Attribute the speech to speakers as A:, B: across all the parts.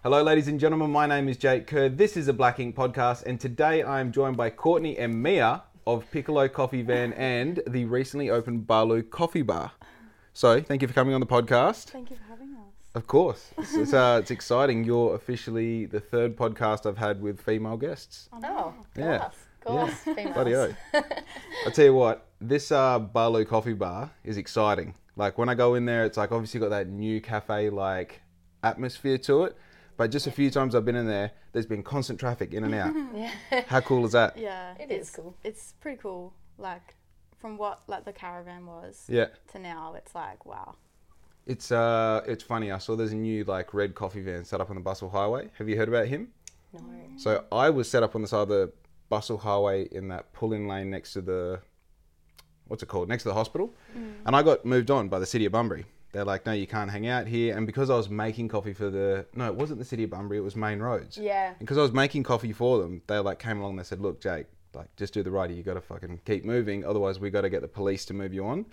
A: Hello, ladies and gentlemen. My name is Jake Kerr. This is a Black Ink podcast, and today I am joined by Courtney and Mia of Piccolo Coffee Van and the recently opened Balu Coffee Bar. So, thank you for coming on the podcast.
B: Thank you for having us.
A: Of course, it's, it's, uh, it's exciting. You're officially the third podcast I've had with female guests.
C: Oh,
A: Yeah.
C: class. Class. females.
A: Bloody oath. I tell you what, this uh, Barlow Coffee Bar is exciting. Like when I go in there, it's like obviously got that new cafe like atmosphere to it. But just a few times I've been in there, there's been constant traffic in and out.
C: yeah.
A: How cool is that?
B: Yeah,
C: It
B: it's-
C: is cool.
B: It's pretty cool. Like from what like the caravan was
A: Yeah,
B: to now, it's like wow.
A: it's uh, it's funny. I saw there's a new like red coffee van set up on the Bustle Highway. Have you heard about him?
C: No.
A: So I was set up on the side of the Bustle Highway in that pull-in lane next to the, what's it called, next to the hospital, and I got moved on by the city of Bunbury. They're like, no, you can't hang out here. And because I was making coffee for the, no, it wasn't the city of Bunbury, it was Main Roads.
C: Yeah.
A: And because I was making coffee for them, they like came along and they said, look, Jake, like just do the righty. You got to fucking keep moving, otherwise we got to get the police to move you on.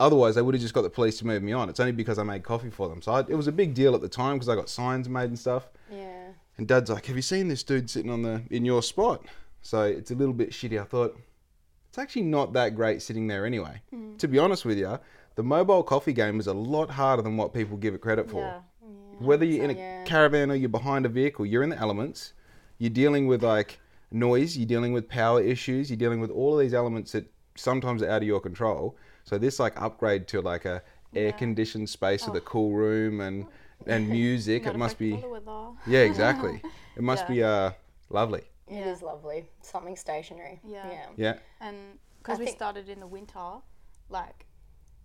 A: Otherwise, they would have just got the police to move me on. It's only because I made coffee for them. So I, it was a big deal at the time because I got signs made and stuff.
C: Yeah.
A: And Dad's like, "Have you seen this dude sitting on the in your spot?" So it's a little bit shitty. I thought it's actually not that great sitting there anyway. To be honest with you, the mobile coffee game is a lot harder than what people give it credit for.
B: Yeah.
A: Whether you're in a
C: Yeah.
A: caravan or you're behind a vehicle, you're in the elements. You're dealing with like noise. You're dealing with power issues. You're dealing with all of these elements that sometimes are out of your control. So this like upgrade to like a air conditioned space with a cool room and and music. it
B: Gotta
A: must
B: break
A: be.
B: the weather.
A: Yeah, exactly. It must
B: Yeah.
A: be uh lovely.
C: It is lovely. Something stationary.
B: Yeah.
C: Yeah.
A: Yeah.
B: And because
C: I
B: we
C: think-
B: started in the winter, like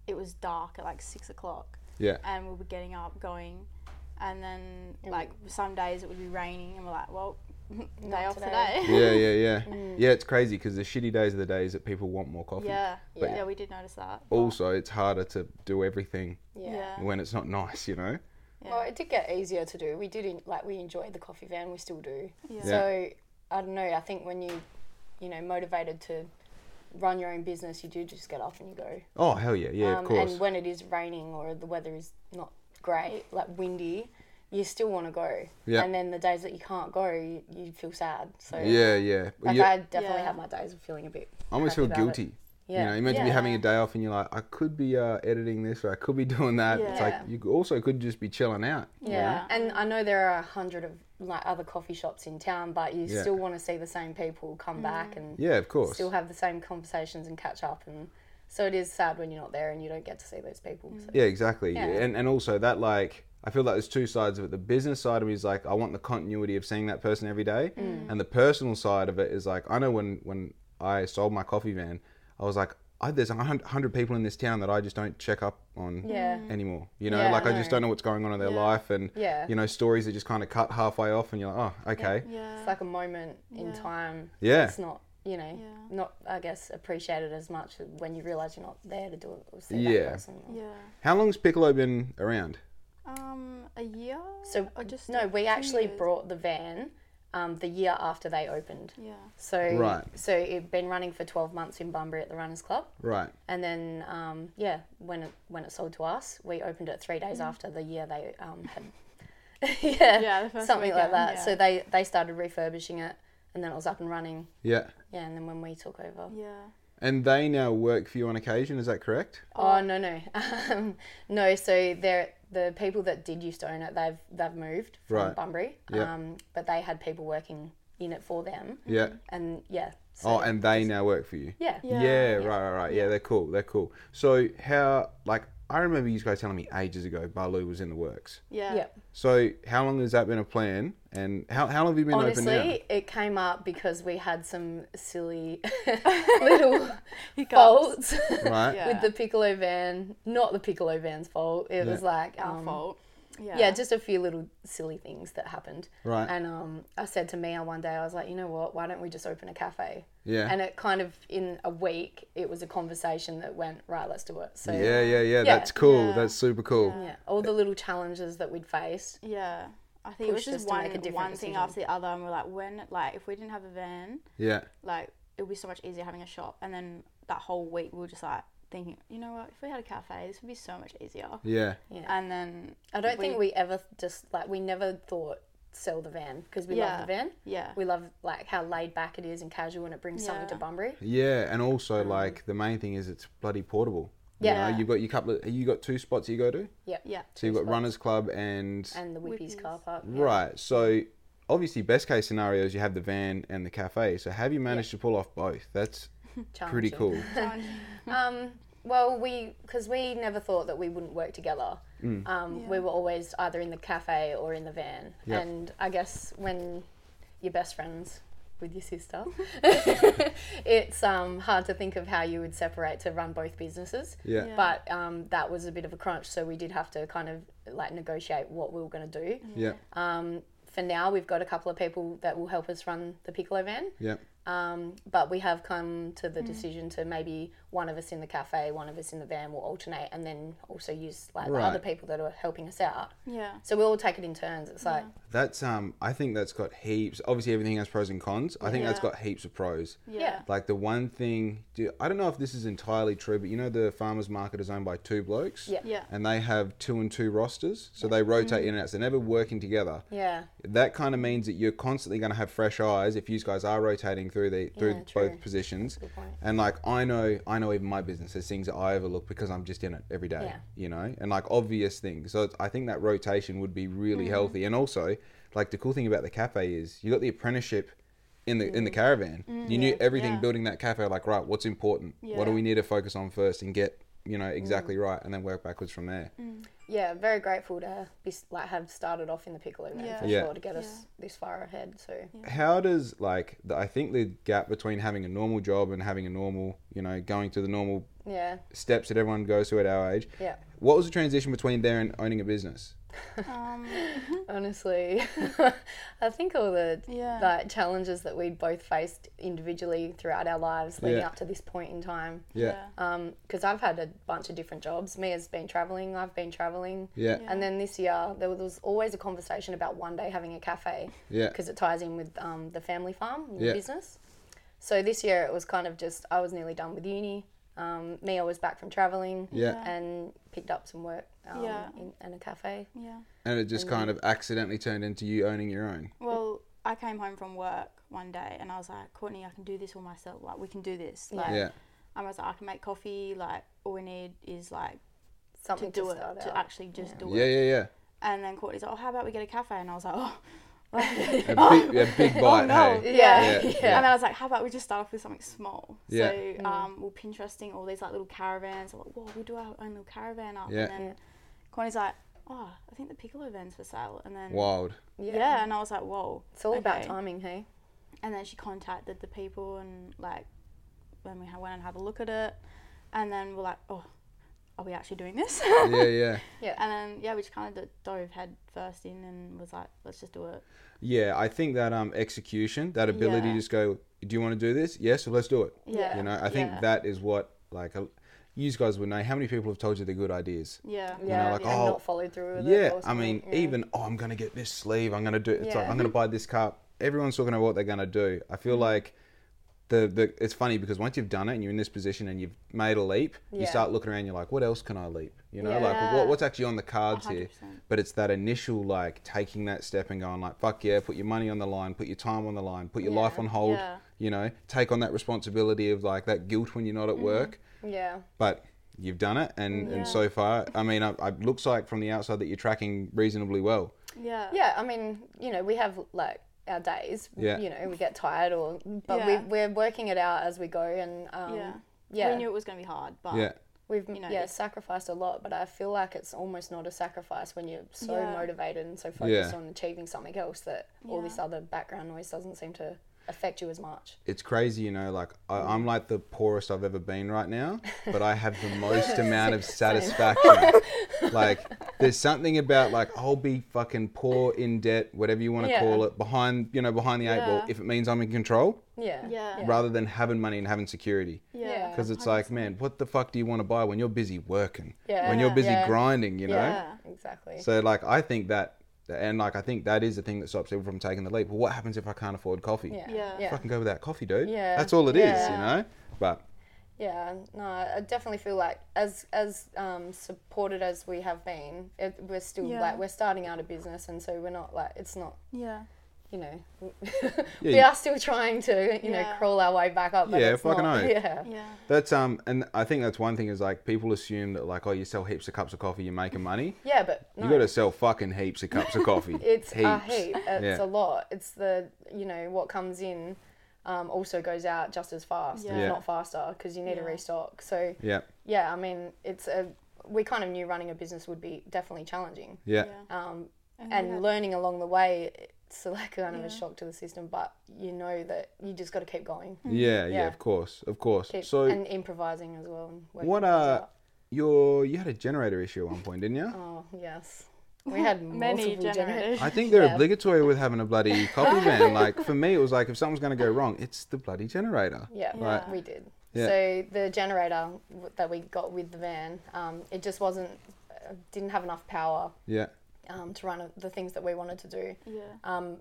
B: it was dark at like six o'clock,
A: Yeah.
B: and we were getting up going, and then like some days it would be raining, and we're like, well, day off
C: today.
B: today.
A: Yeah, yeah, yeah.
C: Mm.
A: Yeah, it's crazy because the shitty days are the days that people want more coffee.
B: yeah.
C: But-
B: yeah, we did notice that. but-
A: Also, it's harder to do everything
C: Yeah.
B: yeah,
A: Oh, when it's not nice, you know?
C: Well, it did get easier to do. We did en- like we enjoyed the coffee van. We still do.
B: Yeah.
C: So I don't know. I think when you, you know, motivated to run your own business, you do just get up and you go. Um,
A: Oh, hell yeah. Yeah, of course.
C: And when it is raining or the weather is not great, like windy, you still want to go.
A: Yeah.
C: And then the days that you can't go, you, you feel sad. So
A: yeah, yeah.
C: Like
A: You-
C: I definitely
B: Yeah.
C: have my days of feeling a bit.
A: I almost feel
C: crappy about it.
A: guilty.
C: Yeah.
A: You know, imagine you're
B: Yeah.
A: having a day off and you're like, I could be uh, editing this or I could be doing that. It's like
C: Yeah.
A: you also could just be chilling out. you
C: Yeah. And I know there are a hundred of like other coffee shops in town, but you
A: Yeah.
C: still want to see the same people come back and
A: know? Yeah, of course.
C: still have the same conversations and catch up. And so it is sad when you're not there and you don't get to see those people. So.
A: Yeah, exactly.
C: Yeah.
A: And and also that like I feel like there's two sides of it. The business side of it is like I want the continuity of seeing that person every day,
C: Mm.
A: and the personal side of it is like I know when when I sold my coffee van, I was like, I, there's a hun- hundred people in this town that I just don't check up on
C: Yeah. Mm.
A: anymore. You know,
C: Yeah,
A: like I
C: no.
A: just don't know what's going on in their
B: Yeah.
A: life, and
C: Yeah.
A: you know, stories are just kind of cut halfway off, and you're like, oh, okay,
B: yeah.
C: It's like a moment in time.
A: Yeah.
C: It's not, you know,
B: Yeah.
C: not, I guess, appreciated as much when you realize you're not there to do it or see
A: Yeah.
C: that person.
B: yeah.
A: how long's Piccolo been around?
B: Um, a year.
C: So,
B: Or just
C: no,
B: a
C: we
B: few
C: actually
B: years?
C: brought the van um, the year after they opened.
B: Yeah.
C: So,
A: Right.
C: so it'd been running for 12 months in Bunbury at the Runners Club.
A: Right.
C: And then, um, yeah, when it, when it sold to us, we opened it three days after the year they um, had. yeah,
B: Mm. Yeah, the first
C: something like
B: weekend,
C: that.
B: yeah.
C: So they, they started refurbishing it and then it was up and running.
A: Yeah.
C: Yeah, and then when we took over.
B: Yeah.
A: And they now work for you on occasion. Is that correct?
C: Oh, no, no. Um, no, so they're, the people that did used to own it, they've, they've moved from
A: Right.
C: Bunbury.
A: Yeah.
C: Um, but they had people working in it for them.
A: Yeah.
C: And yeah. So,
A: Oh, and they now work for you.
C: yeah.
A: Yeah,
B: Yeah.
A: right, right, right. Yeah, they're cool. They're cool. So how like I remember you guys telling me ages ago Balu was in the works.
B: Yeah.
C: Yeah.
A: So how long has that been a plan and how, how long have you been open now?
C: Honestly, it came up because we had some silly little faults
A: Right?
B: Yeah.
C: with the piccolo van. Not the piccolo van's fault. It was like
B: Our
C: um,
B: fault. Oh, Yeah.
C: Yeah, just a few little silly things that happened.
A: Right.
C: And um, I said to Mia one day, I was like, you know what? Why don't we just open a cafe?
A: Yeah.
C: And it kind of in a week, it was a conversation that went right. Let's do it. So
A: yeah, yeah, yeah, That's cool.
B: Yeah.
A: That's super cool.
C: yeah, all the little challenges that we'd faced.
B: yeah. I think it was
C: Pushed us
B: just
C: to
B: one,
C: make a different
B: one thing
C: decision.
B: after the other, and we're like, when, like, if we didn't have a van,
A: Yeah.
B: like, it would be so much easier having a shop. And then that whole week, we were just like, thinking, you know what, if we had a cafe, this would be so much easier.
A: Yeah.
C: Yeah.
B: And then
C: I don't think we ever just like we never thought sell the van because we love
B: Yeah.
C: the van.
B: yeah,
C: We love like how laid back it is and casual, and it brings something to
B: Yeah.
C: Bunbury.
A: Yeah, and also like the main thing is it's bloody portable.
C: Yeah.
A: you know, you've got your couple. Of, you got two spots you go to.
C: Yep.
B: yeah,
A: So you've got
C: spots.
A: Runners Club and
C: And the Whippies,
B: Whippies.
C: car park. yeah.
A: right. So obviously, best case scenario is you have the van and the cafe. So have you managed to pull off both? That's pretty
C: Challenging.
A: cool.
C: Um, well, we because we never thought that we wouldn't work together.
A: Mm.
C: Um, We were always either in the cafe or in the van.
A: Yep.
C: And I guess when you're best friends with your sister, it's um, hard to think of how you would separate to run both businesses.
A: Yeah.
B: Yeah.
C: But um, that was a bit of a crunch, so we did have to kind of like negotiate what we were going to do.
A: Yeah.
C: Um, for now, we've got a couple of people that will help us run the Piccolo van.
A: Yeah.
C: Um, but we have come to the decision to maybe one of us in the cafe, one of us in the van will alternate, and then also use like the
A: Right.
C: other people that are helping us out.
B: yeah,
C: So we all take it in turns. It's like
A: That's um. I think that's got heaps. Obviously, everything has pros and cons. I think that's
B: Yeah.
A: got heaps of pros.
B: yeah,
A: Like the one thing, do, I don't know if this is entirely true, but you know the farmers market is owned by two blokes.
C: Yeah.
B: Yeah. Mm-hmm.
A: And they have two and two rosters, so they rotate in and out. So they're never working together.
C: yeah,
A: That kind of means that you're constantly going to have fresh eyes if you guys are rotating through the through
C: Yeah, true.
A: both positions.
C: good point.
A: And like I know, I know even my business there's things that I overlook because I'm just in it every day,
C: Yeah.
A: you know, and like obvious things. So it's, I think that rotation would be really
C: Mm-hmm.
A: healthy. And also, like the cool thing about the cafe is you got the apprenticeship in the
C: Mm.
A: in the caravan. you knew everything
B: Yeah.
A: building that cafe. Like right, what's important? What do
B: Yeah.
A: we need to focus on first and get you
C: Mm.
A: know exactly right, and then work backwards from there.
C: yeah. Very grateful to be s- like have started off in the piccolo van
B: Yeah.
C: for
A: Yeah.
C: sure to get us this far ahead. So
A: How does like the, I think the gap between having a normal job and having a normal, you know, going to the normal
C: yeah,
A: steps that everyone goes through at our age.
C: yeah.
A: What was the transition between there and owning a business?
B: um,
C: Honestly, I think all the
B: Yeah.
C: like challenges that we both faced individually throughout our lives leading
A: Yeah.
C: up to this point in time.
A: Yeah.
C: because I've had a bunch of different jobs. Mia's been traveling, I've been traveling.
A: Yeah.
B: Yeah.
C: And then this year, there was always a conversation about one day having a cafe
A: Yeah.
C: because it ties in with um, the family farm and the
A: Yeah.
C: business. So this year, it was kind of just I was nearly done with uni. Um, Mia was back from traveling
A: Yeah.
C: and picked up some work um,
B: Yeah.
C: in, in a cafe.
B: yeah.
A: And it just kind of accidentally turned into you owning your own.
B: Well, I came home from work one day and I was like, Courtney, I can do this all myself. Like, we can do this. Like,
A: Yeah.
B: I was like, I can make coffee. Like, all we need is like to
C: Something to,
B: do it,
C: start
B: to
C: out.
B: actually just do
A: Yeah,
B: it.
A: yeah, yeah.
B: And then Courtney's like, oh, how about we get a cafe? And I was like, oh, like,
A: A big, a big bite,
B: Oh, no.
A: hey.
C: yeah.
A: Yeah.
C: yeah. Mm.
B: And then I was like, how about we just start off with something small?
A: Yeah.
B: So um, we're Pinteresting all these like little caravans. I'm like, whoa, we'll do our own little caravan up.
A: Yeah.
B: And then Courtney's like, oh, I think the piccolo van's for sale. And then,
A: Wild.
B: yeah. And I was like, whoa.
C: It's all about
B: okay.
C: timing, hey?
B: And then she contacted the people and like, when we ha- went and had a look at it. And then we're like, oh, are we actually doing this?
A: Yeah, yeah.
B: and then, yeah, we just kind of dove head first in and was like, let's just do it.
A: Yeah, I think that um execution, that ability
B: Yeah.
A: to just go, do you want to do this? Yes, so let's do it.
B: Yeah.
A: You know, I think
B: Yeah.
A: that is what like a, you guys would know. How many people have told you they're good ideas?
B: Yeah.
C: Yeah.
A: like,
C: and
A: oh,
C: not followed through with it.
A: Yeah,
C: or
A: I mean,
C: something, yeah.
A: even oh, I'm gonna get this sleeve. I'm gonna do. It's like
C: Yeah. Mm.
A: I'm gonna buy this cup. Everyone's talking about what they're gonna do. I feel like the the it's funny because once you've done it and you're in this position and you've made a leap, you
C: Yeah.
A: start looking around. You're like, what else can I leap? You know, like
B: Yeah.
A: what, what's actually on the cards
B: A hundred
A: here?
B: percent.
A: But it's that initial like taking that step and going like, fuck yeah, put your money on the line, put your time on the line, put your
C: Yeah.
A: life on hold.
B: Yeah.
A: You know, take on that responsibility of like that guilt when you're not at
C: Mm.
A: work
C: Yeah.
A: but you've done it and, and so far i mean I- I- it looks like from the outside that you're tracking reasonably well
B: Yeah.
C: Yeah, I mean, you know, we have like our days.
A: Yeah.
C: You know, we get tired or, but we,
B: Yeah.
C: we're working it out as we go, and um,
B: Yeah.
C: yeah,
B: We knew it was going to be hard, but
A: yeah
C: we've
B: know,
C: yeah
B: it's-
C: sacrificed a lot. But I feel like it's almost not a sacrifice when you're so
B: Yeah.
C: motivated and so focused
A: Yeah.
C: on achieving something else that all
B: Yeah.
C: this other background noise doesn't seem to affect you as much.
A: it's crazy you know like I, i'm like the poorest i've ever been right now but i have the most amount of satisfaction like there's something about like i'll be fucking poor in debt whatever you want to
C: Yeah.
A: call it behind you know behind the eight ball
B: Yeah.
A: if it means i'm in control
C: Yeah.
B: Yeah. Yeah.
A: rather than having money and having security
B: Yeah.
A: because it's like man what the fuck do you want to buy when you're busy working when you're
C: Yeah.
A: busy
C: Yeah.
A: grinding you know
C: Yeah, Exactly.
A: So like I think that and like I think that is the thing that stops people from taking the leap. Well, what happens if I can't afford coffee?
C: yeah.
B: Yeah.
C: Yeah.
A: Fucking go without coffee, dude.
C: Yeah.
A: That's all it is, you
C: Yeah.
A: know? But
C: Yeah, no, I definitely feel like as as um, supported as we have been, it, we're still
B: Yeah.
C: like we're starting out a business, and so we're not like it's not
B: Yeah.
C: you know
A: Yeah,
C: we
A: you-
C: are still trying to you know
B: Yeah.
C: crawl our way back up. But
A: Yeah,
C: it's
A: fucking
C: not,
A: oath.
C: yeah,
B: Yeah.
A: That's um, and I think that's one thing is like people assume that like, oh, you sell heaps of cups of coffee, you're making money.
C: yeah, but no,
A: You got to sell fucking heaps of cups of coffee.
C: it's a heap. It's
A: Yeah.
C: a lot. It's the you know what comes in. Um, also goes out just as fast, if
B: Yeah.
C: not faster, because you need to
B: Yeah.
C: restock. So
A: Yeah,
C: yeah, I mean, it's a we kind of knew running a business would be definitely challenging.
A: yeah,
C: Um,
B: And,
C: and
B: Oh, yeah.
C: learning along the way it's like kind of
B: Yeah.
C: a shock to the system but you know that you just got to keep going
A: yeah, yeah,
C: Mm-hmm. Yeah.
A: Of course, of course.
C: keep
A: so
C: and improvising as well and working
A: what
C: things
A: uh,
C: out.
A: your you had a generator issue at one point, didn't you?
C: oh yes we had
B: many
C: multiple generations
B: generators.
A: I think they're
C: Yeah.
A: obligatory with having a bloody coffee van. Like for me, it was like if something's gonna go wrong, it's the bloody generator.
C: yeah
B: Right.
C: we did
A: Yeah.
C: so the generator w- that we got with the van um, it just wasn't uh, didn't have enough power
A: Yeah,
C: um, to run the things that we wanted to do
B: yeah.
C: Um,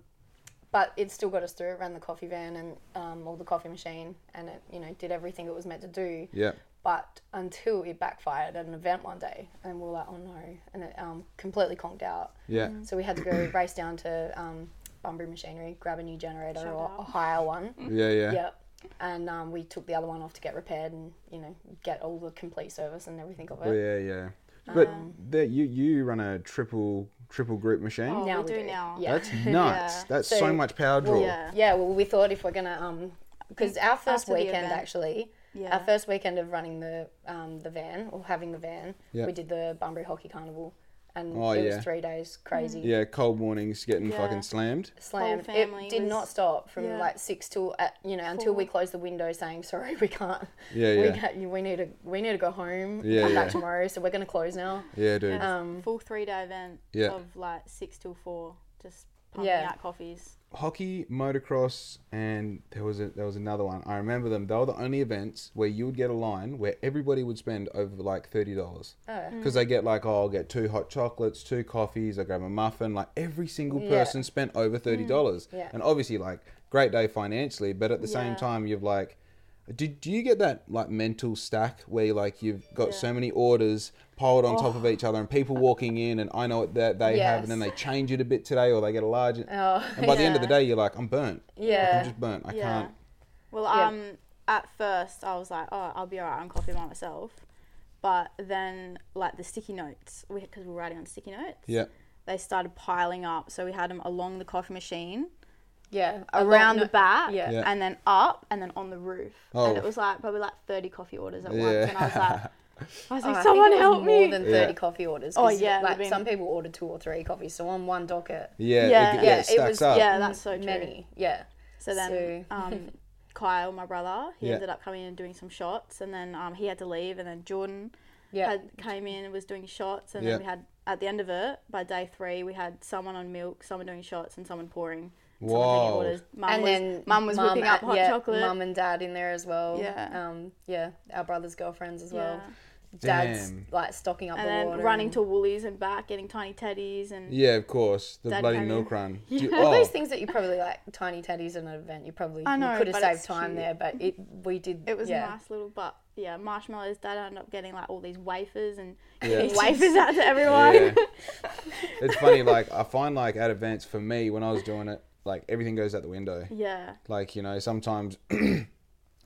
C: but it still got us through. It ran the coffee van and um, all the coffee machine, and it you know did everything it was meant to do.
A: yeah,
C: But until it backfired at an event one day, and we were like, oh no, and it um, completely conked out.
A: yeah,
C: So we had to go race down to um, Bunbury Machinery, grab a new generator
B: Shout
C: or
B: out. Mm.
C: a higher one.
A: yeah, yeah.
C: Yep. And um, we took the other one off to get repaired and you know get all the complete service and everything of it.
A: Well, Oh, yeah, yeah. But there, you you run a triple triple group machine.
B: Oh,
C: now
B: we
C: we
B: do
C: do.
B: now.
C: Yeah.
A: That's nuts.
B: Yeah.
A: That's so,
C: So-
A: much power draw.
B: Well,
A: yeah.
B: Yeah.
C: Yeah, well, we thought if we're gonna, um, because our first
B: Mm, After the
C: weekend
B: event.
C: actually,
B: Yeah.
C: our first weekend of running the um, the van or having the van,
A: Yeah.
C: we did the Bunbury Hockey Carnival, and
A: Oh,
C: it
A: yeah.
C: was three days crazy.
A: cold mornings getting
B: Yeah.
A: fucking slammed.
C: Slam.
B: Mm. Whole family
C: It did
B: was-
C: not stop from
B: yeah.
C: like six till uh, you know until we closed the window saying sorry we can't.
A: Yeah,
C: We,
A: yeah.
C: can't, we need to we need to go home.
A: Yeah,
C: come
A: yeah.
C: back tomorrow. So we're gonna close now.
A: Yeah, dude.
B: It's
C: Um,
B: full three day event
A: Yeah.
B: of like six till four, just pumping
C: Yeah.
B: out coffees.
A: Hockey, motocross, and there was a, there was another one. I remember them. They were the only events where you would get a line where everybody would spend over like thirty dollars.
C: Oh.
A: Because they get like, oh, I'll get two hot chocolates, two coffees, I grab a muffin. Like every single
C: Yeah. Mm.
A: person spent over thirty dollars.
C: Yeah.
A: And obviously, like great day financially, but at the same
B: Yeah.
A: time, you've like, did do you get that like mental stack where like you've got
B: Yeah.
A: so many orders piled on top of each other and people walking in and I know what that they have and then they
C: Oh. Yes.
A: change it a bit today or they get a large.
C: Oh,
A: And by the end of the
B: Yeah.
A: day, you're like, I'm burnt. Like, I'm
C: yeah.
A: just burnt. I
B: yeah.
A: can't.
B: Well,
C: Yeah.
B: um, at first I was like, oh, I'll be alright on coffee by myself, but then like the sticky notes, we because we were writing on sticky notes.
A: Yeah.
B: They started piling up, so we had them along the coffee machine,
C: Yeah,
B: around the
C: back.
B: back,
C: yeah.
A: Yeah.
B: and then up, and then on the roof.
A: Oh.
B: And it was like probably like thirty coffee orders at
A: Yeah.
B: once, and I was like, I was
C: Oh, I
B: like,
C: think
B: someone
C: it was
B: help me.
C: More than
A: Yeah.
C: thirty coffee orders.
B: Oh,
C: 'cause,
B: yeah, it would've
C: like
B: been-
C: some people order two or three coffees, so on one docket.
A: Yeah.
B: Yeah.
A: It, yeah,
B: Yeah,
A: it stacks
C: was-
A: up.
B: yeah, that's so true.
C: Many, yeah.
B: So then
C: So-
B: um, Kyle, my brother, he
A: Yeah.
B: ended up coming in and doing some shots, and then um, he had to leave, and then Jordan
C: Yeah.
B: had came in and was doing shots, and
A: Yeah.
B: then we had at the end of it by day three we had someone on milk, someone doing shots, and someone pouring. and someone taking
A: Wow.
B: orders. Mum
C: and
B: was,
C: then
B: mum was whipping up
C: and-
B: hot
C: yeah,
B: chocolate.
C: Mum and dad in there as well.
B: Yeah.
C: Um, yeah, our brother's girlfriends as well.
B: Yeah.
C: Dad's
A: Damn.
C: like stocking up
B: and
C: the
B: then
C: water.
B: running
C: and-
B: to Woolies and back, getting tiny teddies and
A: Yeah, of course. The
B: Dad
A: bloody
B: came in.
A: milk run. Do you-
C: all
A: oh,
C: those things that you probably like tiny teddies in an event. You probably
B: I know,
C: could have
B: but
C: saved
B: it's
C: time
B: cute.
C: there, but it we did.
B: It was
C: yeah.
B: nice little, but yeah, marshmallows. Dad ended up getting like all these wafers and
A: Yeah.
B: giving wafers out to everyone.
A: yeah. it's funny. Like I find like at events for me when I was doing it, like everything goes out the window.
B: yeah.
A: Like you know sometimes.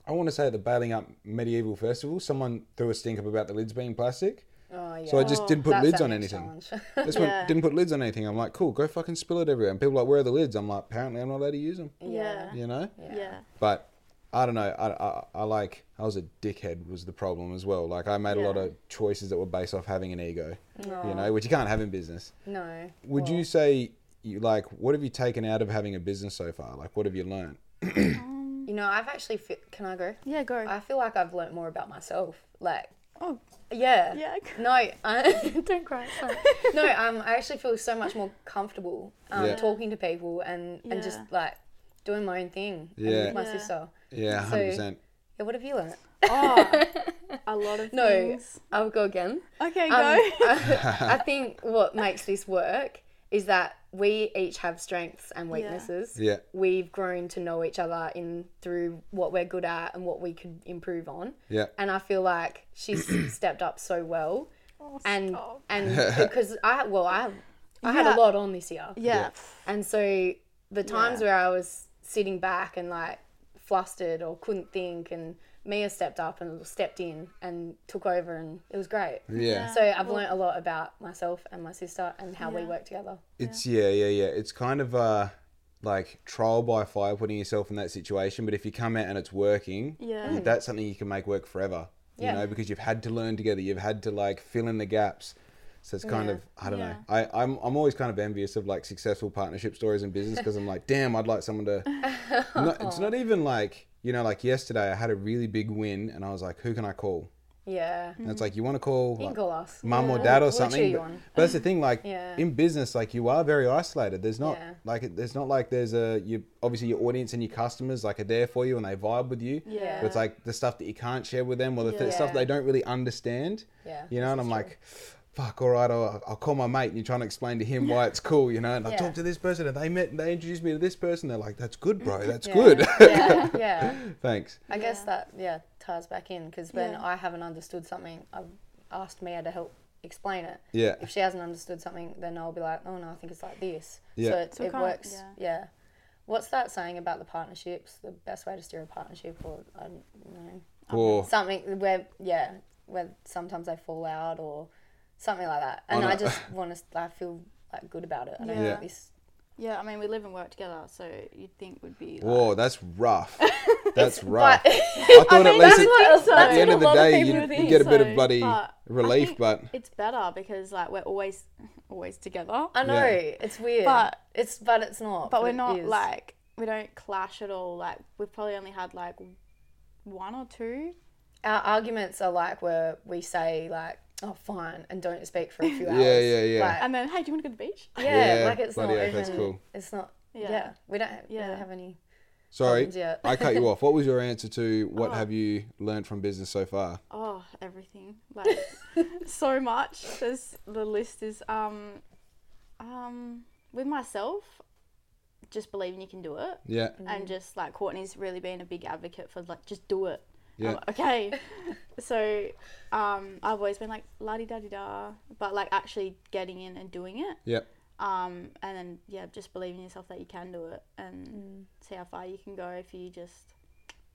A: I want to say at the Bailing Up Medieval Festival, someone threw a stink up about the lids being plastic.
C: Oh yeah.
A: So I just
B: Oh,
A: didn't put
C: That's
A: lids
C: our
A: on
C: next
A: anything.
C: challenge. Oh,
A: This one
B: Yeah.
A: didn't put lids on anything. I'm like, cool, go fucking spill it everywhere. And people are like, where are the lids? I'm like, apparently I'm not allowed to use them.
B: Yeah.
A: You know?
B: Yeah.
A: But I don't know. I, I, I like, I was a dickhead, was the problem as well. Like, I made a lot
B: Yeah.
A: of choices that were based off having an ego,
C: No.
A: you know, which you can't have in business.
C: No.
A: Would you say, you, like, what have you taken out of having a business so far? Like, what have you learned?
C: You know, I've actually. Fe- can I go?
B: Yeah, go.
C: I feel like I've learnt more about myself. Like,
B: oh,
C: yeah.
B: yeah.
C: No, I,
B: Don't cry. Sorry.
C: no. Um, I actually feel so much more comfortable um,
A: Yeah.
C: talking to people and, and just
B: Yeah.
C: like doing my own thing and
A: Yeah.
C: with my
B: Yeah.
C: sister.
A: Yeah,
C: So-
A: 100%.
C: Yeah, what have you learnt?
B: oh, a lot of
C: No,
B: things.
C: I'll go again.
B: Okay,
C: Um,
B: go.
C: I, I think what makes this work is that we each have strengths and weaknesses.
A: Yeah.
C: We've grown to know each other in through what we're good at and what we could improve on.
A: Yeah.
C: And I feel like she's stepped up so well.
B: Um,
C: and and because I well I I had
B: Oh. Yeah.
C: a lot on this year.
B: Yeah.
C: And so the times where I was sitting back and like flustered or couldn't think and Mia stepped up and stepped in and took over and it was great.
A: Yeah.
C: So I've learnt a lot about myself and my sister and how we work together.
A: It's yeah, yeah, yeah. It's kind of uh like trial by fire putting yourself in that situation, but if you come out and it's working,
B: Yeah.
A: you- that's something you can make work forever.
C: Yeah.
A: You know, because you've had to learn together, you've had to like fill in the gaps. So it's kind
C: Yeah.
A: of I don't know. I, I'm I'm always kind of envious of like successful partnership stories in business because I'm like, damn, I'd like someone to not, it's not even like you know, like yesterday I had a really big win and I was like, who can I call?
C: Yeah.
A: And it's like you want to call
C: You
A: like,
C: can call us.
A: Mm. mum or
C: Yeah.
A: dad or
C: We'll cheer
A: something.
C: you
A: But,
C: on.
A: but that's the thing, like
C: Yeah.
A: in business, like you are very isolated. There's not
C: Yeah.
A: like it- there's not like there's a you obviously your audience and your customers like are there for you and they vibe with you.
B: Yeah.
A: But it's like the stuff that you can't share with them or the th-
B: Yeah.
A: stuff
C: Yeah.
A: they don't really understand.
C: Yeah,
A: You know,
C: this
A: and
C: is
A: I'm
C: true.
A: like, fuck, all right, I'll, I'll call my mate. And you're trying to explain to him why it's cool, you know. And I
C: Yeah.
A: talked to this person and they met and they introduced me to this person. They're like, that's good, bro. That's
C: Yeah.
A: good.
C: yeah, yeah.
A: Thanks.
C: I guess
B: Yeah.
C: that yeah ties back in because when
B: Yeah.
C: I haven't understood something, I've asked Mia to help explain it.
A: Yeah.
C: If she hasn't understood something, then I'll be like, oh no, I think it's like this.
A: Yeah.
C: So it,
B: So
C: it
B: kind-
C: works.
B: yeah.
C: Yeah. What's that saying about the partnerships? The best way to steer a partnership, or I don't know,
A: Or
C: something where yeah, where sometimes they fall out or something like that. And
A: On
C: I
A: a-
C: just want to, I feel like good about it. I don't
B: Yeah.
C: think this.
B: Yeah, I mean, we live and work together, so you'd think would be. Like,
A: whoa, that's rough. That's rough.
C: But
A: I thought at
B: mean,
A: least
B: that's
A: it,
B: what-
C: also-
A: at the
B: that's
A: end of
B: what a
A: the
B: lot of
A: day,
B: people
A: you,
B: think,
A: you get a bit of
B: so-
A: bloody
B: but I
A: relief,
B: think
A: but
B: it's better because like we're always, always together.
C: I know
A: Yeah.
C: it's weird,
B: But-
C: it's but it's not.
B: but we're
C: it
B: not
C: is.
B: like we don't clash at all. Like we've probably only had like one or two.
C: our arguments are like where we say like oh fine and don't speak for a few hours
A: Yeah, yeah, yeah.
C: like,
B: And then, hey, do you want to go to the beach?
C: yeah,
A: Yeah,
C: like it's not
A: bloody heck,
C: even
A: that's cool.
C: it's not yeah.
B: Yeah.
C: we don't have,
B: Yeah.
C: really have any
A: sorry,
C: happens yet.
A: I cut you off. What was your answer to what have you learned from business so far?
B: Oh, everything. Like so much. There's the list is um um with myself, just believing you can do it.
A: Yeah,
C: Mm.
B: And just like Courtney's really been a big advocate for like just do it.
A: Yeah.
B: I'm like, okay. so um I've always been like la di da di da but like actually getting in and doing it.
A: yeah,
B: Um and then yeah, just believing yourself that you can do it and
C: Mm.
B: see how far you can go if you just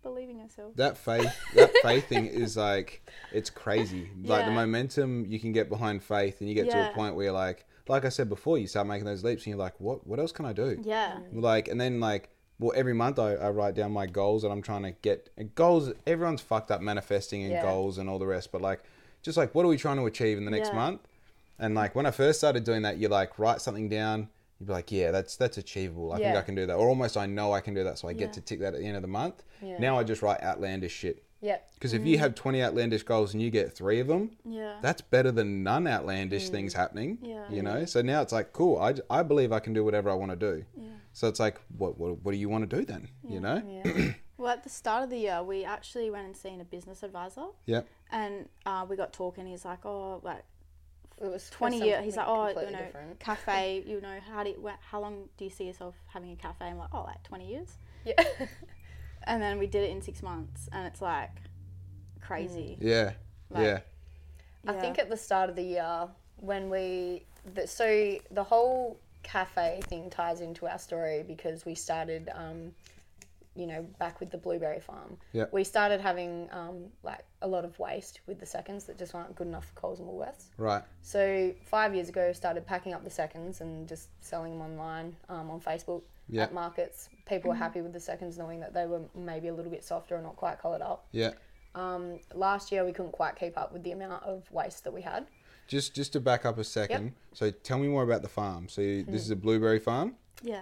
B: believe in yourself.
A: that faith, that faith thing is like it's crazy. Like the
B: Yeah.
A: momentum you can get behind faith, and you get to a
B: Yeah.
A: point where you're like, like I said before, you start making those leaps, and you're like, what, what else can I do?
B: Yeah.
A: Like, and then like, well, every month I, I write down my goals that I'm trying to get. And goals, everyone's fucked up manifesting and
C: Yeah.
A: goals and all the rest. But like, just like, what are we trying to achieve in the next
B: Yeah.
A: month? And like, when I first started doing that, you like write something down. You'd be like, yeah, that's that's achievable. I think
C: Yeah.
A: I can do that, or almost I know I can do that. So I
B: Yeah.
A: get to tick that at the end of the month.
C: Yeah. Mm.
A: Now I just write outlandish shit.
C: yep
A: Because if you have 20 outlandish goals and you get three of them,
B: Yeah.
A: that's better than none outlandish
C: Mm.
A: things happening.
B: Yeah.
A: You know, so now it's like, cool, I, I believe I can do whatever I want to do.
B: Yeah.
A: So it's like, what, what, what do you want to do then? You know?
C: yeah
B: Well, at the start of the year, we actually went and seen a business advisor,
A: Yeah.
B: and uh, we got talking. He's like, "Oh, like
C: it was for
B: twenty years." He's like,
C: something
B: "Oh, you
C: completely
B: know,
C: different.
B: cafe. You know, how do you, wh- how long do you see yourself having a cafe?" I'm like, "Oh, like twenty years."
C: yeah
B: And then we did it in six months, and it's like crazy.
C: Mm.
A: Yeah.
B: Like-
A: yeah.
C: I think at the start of the year when we the, so the whole cafe thing ties into our story because we started um, you know back with the blueberry farm.
A: Yeah.
C: We started having um, like a lot of waste with the seconds that just aren't good enough for Coles and Woolworths.
A: Right.
C: So five years ago, started packing up the seconds and just selling them online um, on Facebook
A: Yeah.
C: at markets. People were happy with the seconds, knowing that they were maybe a little bit softer or not quite coloured up.
A: Yeah.
C: Um, last year, we couldn't quite keep up with the amount of waste that we had.
A: Just just to back up a second. So tell me more about the farm. So you,
C: Hmm.
A: this is a blueberry farm
B: Yeah.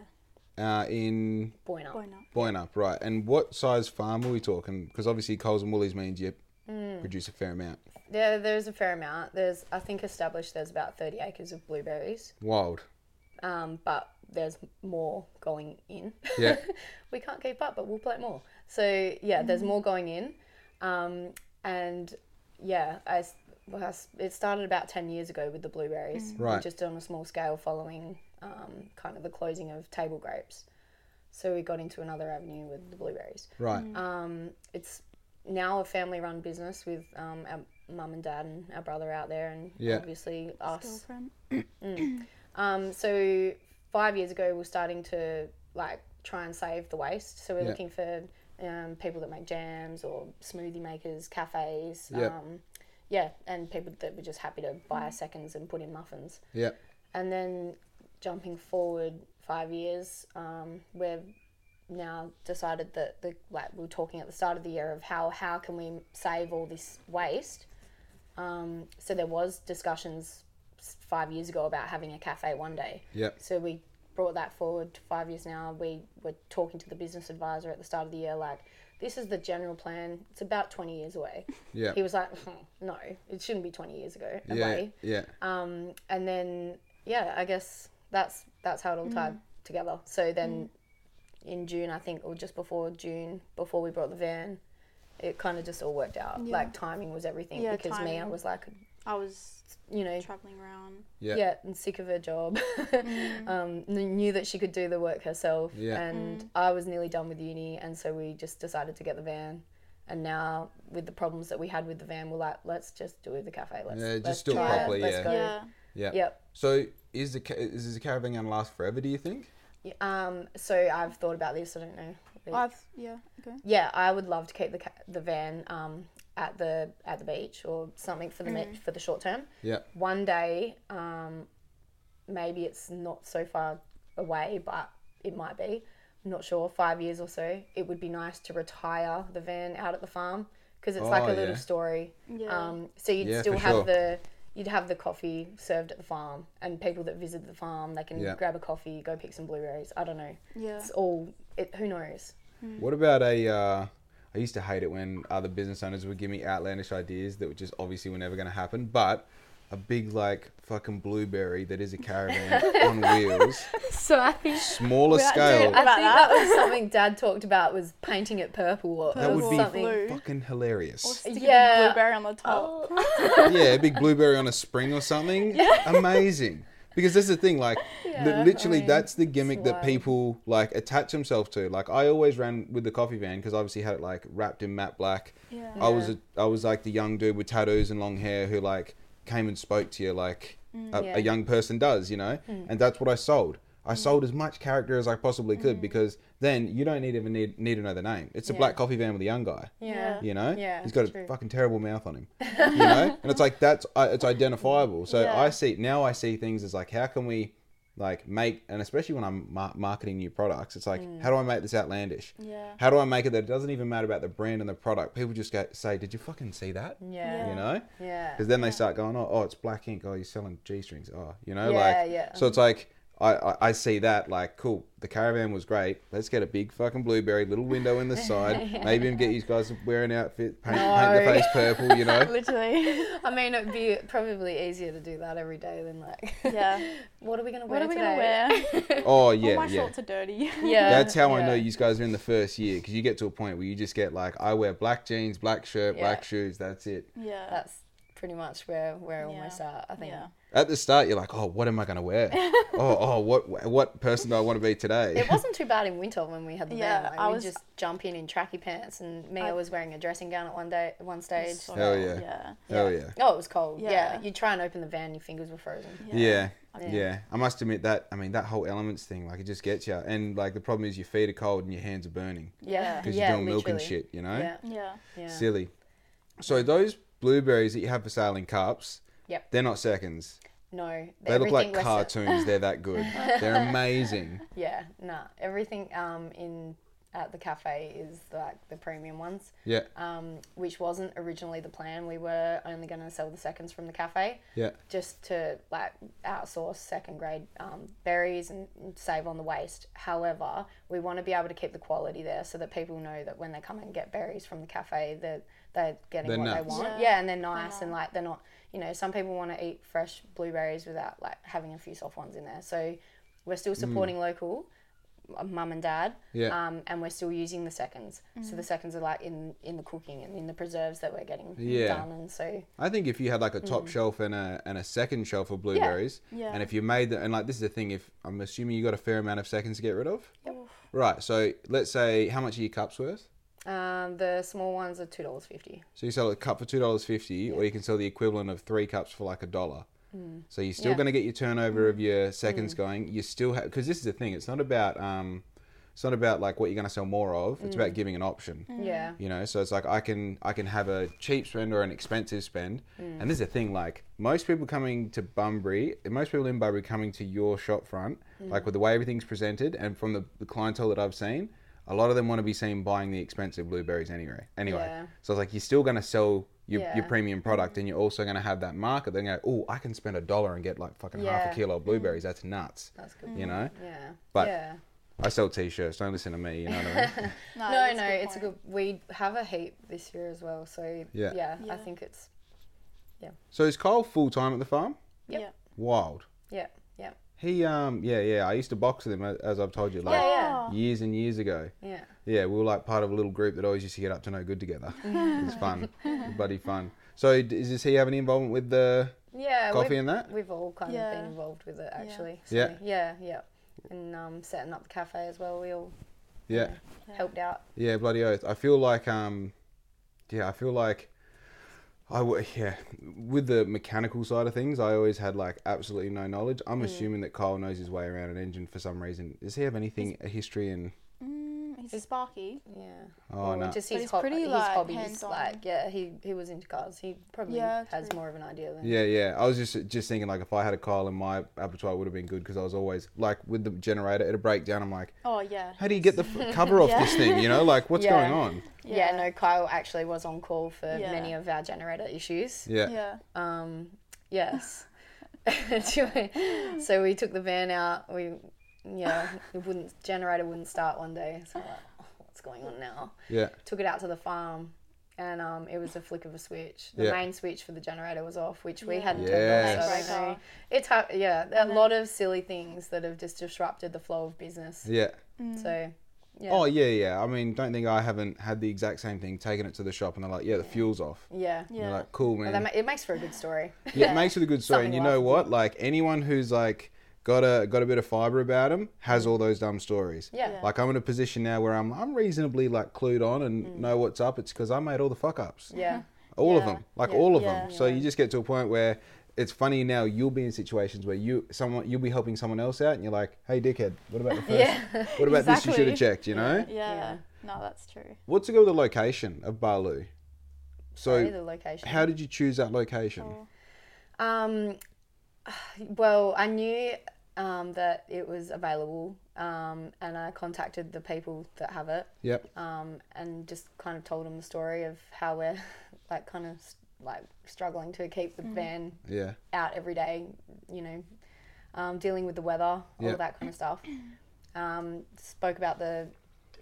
A: uh, in
C: Boyna.
B: Why not?
A: Boynup, right. And what size farm are we talking? Because obviously Coles and Woolies means you
C: Hmm.
A: produce a fair amount.
C: There, there's a fair amount. There's, I think, established there's about 30 acres of blueberries,
A: Wild.
C: um, but there's more going in.
A: Yeah.
C: we can't keep up, but we'll plant more. So yeah, there's more going in, um, and yeah, I, s- well, I s- it started about ten years ago with the blueberries,
A: Right.
C: Just on a small scale, following um, kind of the closing of table grapes. So we got into another avenue with the blueberries.
A: Right.
C: Um, it's now a family run business with um, our mum and dad and our brother out there, and
A: Yeah.
C: obviously us.
B: Girlfriend.
C: Um, so five years ago, we were starting to like try and save the waste. So we're
A: Yeah.
C: looking for um, people that make jams or smoothie makers, cafes.
A: Yeah.
C: Um, yeah, and people that were just happy to buy our seconds and put in muffins.
A: Yeah.
C: And then jumping forward five years, um, we've now decided that the like we were talking at the start of the year of how how can we save all this waste. Um, so there was discussions s- five years ago about having a cafe one day.
A: Yeah.
C: So we brought that forward to five years now. We were talking to the business advisor at the start of the year, like, this is the general plan. It's about 20 years away.
A: Yeah.
C: He was like, "Hmm, no, it shouldn't be 20 years ago
A: Yeah.
C: away.
A: Yeah.
C: Um, and then, yeah, I guess that's that's how it
B: Mm.
C: all tied together. So then in June, I think, or just before June, before we brought the van, it kind of just all worked out.
B: Yeah.
C: Like timing was everything
B: Yeah,
C: because me, I
B: timing.
C: was like,
B: I was
C: you know,
B: traveling around.
A: Yeah.
C: yeah, and sick of her job.
B: Mm.
C: um, kn- knew that she could do the work herself,
A: Yeah.
C: and
B: Mm.
C: I was nearly done with uni, and so we just decided to get the van. And now, with the problems that we had with the van, we're like, let's just do the cafe. Let's,
A: Yeah, just
C: let's
A: do it
C: try
A: properly,
C: Let's
A: yeah.
C: go.
B: Yeah.
A: Yeah.
C: Yep.
A: So is the ca- is the caravan going to last forever? Do you think?
C: Yeah, Um, so I've thought about this. I don't know.
B: I've yeah. Okay.
C: yeah, I would love to keep the ca- the van um, at the at the beach or something for the me- for the short term.
A: Yeah.
C: one day, um, maybe it's not so far away, but it might be. I'm not sure. Five years or so, it would be nice to retire the van out at the farm because it's like
A: Oh,
C: a little
A: yeah.
C: story.
B: Yeah.
C: Um, so you'd
A: Yeah,
C: still
A: for
C: have
A: sure.
C: the you'd have the coffee served at the farm, and people that visit the farm they can
A: Yeah.
C: grab a coffee, go pick some blueberries. I don't know.
B: Yeah.
C: It's all. It, who knows?
A: What about a? Uh, I used to hate it when other business owners would give me outlandish ideas that were just obviously were never going to happen, but a big like fucking blueberry that is a caravan on wheels,
C: So I think
A: smaller
B: Well,
A: scale.
B: dude,
C: I
B: About
C: think
B: that.
C: that. was something Dad talked about was painting it purple or,
A: that would
C: or
A: be
C: something.
B: Blue.
A: fucking hilarious.
B: Sticking
C: Yeah. Oh.
B: Blueberry on the top.
A: yeah, a big blueberry on a spring or something. Amazing. Because that's the thing, like, li-
C: Yeah,
A: literally,
C: I mean,
A: that's the gimmick that
C: wild.
A: people like attach themselves to. Like, I always ran with the coffee van because obviously had it like wrapped in matte black.
B: Yeah.
A: I was a, I was like the young dude with tattoos and long hair who like came and spoke to you like a,
C: Mm, Yeah. Mm.
A: a young person does, you know. And that's what I sold. I sold as much character as I possibly could because then you don't need even need need to know the name. It's a
C: Mm. Yeah.
A: black coffee van with a young guy
C: Yeah.
A: you know
C: Yeah,
A: he's got
C: true.
A: a fucking terrible mouth on him you know and it's like that's I- it's identifiable so
B: Yeah.
A: i see now i see things as like how can we like make and especially when i'm mar- marketing new products it's like
C: Mm.
A: how do i make this outlandish
B: Yeah.
A: how do i make it that it doesn't even matter about the brand and the product people just go, say did you fucking see that
C: Yeah.
A: you know
C: Yeah.
A: because then they start going, oh, oh, it's black ink. Oh, you're selling G strings. Oh, you know,
C: Yeah,
A: like.
C: yeah.
A: So it's like I, I I see that like cool. The caravan was great. Let's get a big fucking blueberry, little window in the side. Maybe even get you guys to wear an outfit, paint, paint the
C: No.
A: face purple. You know.
B: Literally.
C: I mean, it'd be probably easier to do that every day than like,
B: Yeah.
C: what are we gonna wear
B: what are we gonna
C: today?
B: wear?
A: Oh
B: All
A: yeah,
B: my
A: yeah.
B: shorts are dirty.
C: Yeah.
A: That's how I
C: yeah.
A: know you guys are in the first year because you get to a point where you just get like I wear black jeans, black shirt,
C: Yeah.
A: black shoes. That's it.
B: yeah.
C: That's pretty much where where almost
B: Yeah.
C: at. I think.
B: yeah.
A: At the start, you're like, oh, what am I gonna wear? oh, oh, what what person do I want to be today?
C: It wasn't too bad in winter when we had the
B: Yeah,
C: van. Like,
B: I
C: we
B: was-
C: just jump in in tracky pants, and Mia
B: I-
C: was wearing a dressing gown at one day, at one stage.
B: So-
A: Hell yeah.
B: Yeah.
A: Hell yeah.
C: Oh, it was cold. Yeah.
B: Yeah.
C: You try and open the van, your fingers were frozen.
A: Yeah. Yeah.
C: Yeah.
A: I must admit that. I mean, that whole elements thing, like, it just gets you. And, like, the problem is your feet are cold and your hands are burning
C: Yeah.
A: because
C: yeah,
A: you're doing milk and
C: literally.
A: shit, you know?
C: Yeah.
B: Yeah.
C: Yeah.
A: Silly. So, those blueberries that you have for sale in cups,
C: Yep.
A: they're not seconds.
C: No.
A: They look like
C: everything was-
A: cartoons. they're that good. They're amazing.
C: Yeah, nah. Everything um in at the cafe is like the premium ones,
A: Yeah.
C: um, which wasn't originally the plan. We were only going to sell the seconds from the cafe,
A: Yeah.
C: just to like outsource second grade um, berries and save on the waste. However, we want to be able to keep the quality there so that people know that when they come and get berries from the cafe, that they're getting
A: They're
C: what they
A: nice.
C: want.
B: Yeah.
C: Yeah. and they're nice and like they're not. You know, some people want to eat fresh blueberries without like having a few soft ones in there. So we're still supporting local uh, mum and dad.
A: Mm. Yeah.
C: Um, and we're still using the seconds. So the seconds are like in in the cooking and in the preserves that we're getting
A: Yeah.
C: done. And so
A: I think if you had like a top shelf and a and a second shelf of blueberries,
B: Yeah.
A: and if you made the and like this is the thing, if I'm assuming you got a fair amount of seconds to get rid of,
C: Yep.
A: right? So let's say how much are your cups worth?
C: um, the small ones are two dollars fifty.
A: So you sell a cup for two dollars fifty, or you can sell the equivalent of three cups for like a dollar. So you're still
C: Yeah.
A: going to get your turnover of your seconds going. You still have because this is the thing. It's not about um, it's not about like what you're going to sell more of. It's about giving an option.
B: Mm.
C: Yeah.
A: You know, so it's like I can I can have a cheap spend or an expensive spend. And
C: Mm.
A: this is the thing, like most people coming to Bunbury, most people in Bunbury coming to your shop front,
C: Mm.
A: like with the way everything's presented and from the, the clientele that I've seen, a lot of them want to be seen buying the expensive blueberries anyway. Anyway.
C: Yeah.
A: So it's like you're still gonna sell your, your
C: Yeah.
A: premium product and you're also gonna have that market then go, Oh, I can spend a dollar and get like fucking half
C: Yeah. Mm.
A: a kilo of blueberries, that's nuts.
C: That's good.
B: Mm.
A: You know?
C: Yeah.
A: But-
C: yeah.
A: I sell t shirts, don't listen to me, you know what I mean?
B: No,
C: No,
B: that's
C: no, it's a
B: point.
C: good. We have a heap this year as well, so
A: Yeah.
C: yeah, yeah,
B: Yeah.
C: I think it's
A: So is Kyle full time at the farm?
C: Yep.
B: Yeah.
A: Wild.
C: yeah, yeah,
A: He, um, yeah, yeah. I used to box with him a- as I've told you, like
C: yeah.
B: Oh,
A: years and years ago.
C: yeah.
A: Yeah, we were like part of a little group that always used to get up to no good together. it was fun, bloody fun. So, d- is does he have any involvement with the
C: Yeah,
A: coffee
C: we've,
A: and that?
C: we've all kind of
B: Yeah.
C: been involved with it actually.
A: Yeah.
C: So, yeah, yeah. And um, setting up the cafe as well, we all
A: Yeah,
C: helped out.
A: yeah, bloody oath. I feel like, um, yeah, I feel like. I w- yeah, with the mechanical side of things, I always had like absolutely no knowledge. I'm assuming that Kyle knows his way around an engine for some reason. Does he have anything a history in?
B: Mm, he's sparky.
C: Yeah.
A: Oh no,
C: Just
B: But
C: his,
B: he's
C: hob-
B: pretty,
C: his
B: like,
C: hobbies,
B: hands-on.
C: like yeah, he he was into cars. He probably
B: Yeah,
C: has
B: true.
C: more of an idea than
A: Yeah, yeah. I was just just thinking like if I had a Kyle in my abattoir, it would have been good because I was always like with the generator, it'd break down. I'm like,
B: Oh yeah.
A: how do you get the f- cover off this thing? You know, like what's
C: Yeah.
A: going on?
C: Yeah.
B: Yeah.
C: no, Kyle actually was on call for
B: Yeah.
C: many of our generator issues.
A: Yeah, yeah,
B: Yeah.
C: Um, yes. so we took the van out. We, yeah, it wouldn't generator wouldn't start one day. So I'm like, "Oh, what's going on now?
A: yeah,
C: Took it out to the farm, and um, it was a flick of a switch. The
A: Yeah.
C: main switch for the generator was off, which we
B: Yeah.
C: hadn't
A: Yes.
C: turned on. So I don't know. It's ha- yeah, there are a lot of silly things that have just disrupted the flow of business. So yeah,
A: Oh yeah, yeah. I mean, don't think I haven't had the exact same thing. Taken it to the shop and they're like, yeah, the fuel's off.
C: yeah.
A: And
B: Yeah.
A: They're like, cool man.
C: But that ma- it makes for a good story.
A: yeah, it makes it a good story. And you
C: Something
A: know
C: laughable.
A: what? Like anyone who's like got a got a bit of fiber about him has all those dumb stories.
C: Mm. Yeah. Yeah.
A: Like I'm in a position now where I'm I'm reasonably like clued on and
C: Mm.
A: know what's up. It's because I made all the fuck ups.
C: Yeah.
A: all of
B: Yeah.
A: them like
C: Yeah.
A: all of them
B: Yeah.
A: so you just get to a point where it's funny now you'll be in situations where you someone you'll be helping someone else out and you're like hey dickhead what about the first what about this you should
B: Exactly.
A: have checked you know
B: Yeah. No, that's true.
A: what's to go with the location of balu
C: Sorry,
A: so
C: the location.
A: how did you choose that location
C: Um, well, I knew um, that it was available, um, and I contacted the people that have it,
A: yep
C: um, and just kind of told them the story of how we're like kind of s- like struggling to keep the van
A: yeah
C: out every day, you know, um, dealing with the weather, all
A: Yeah.
C: that kind of stuff. Um, spoke about the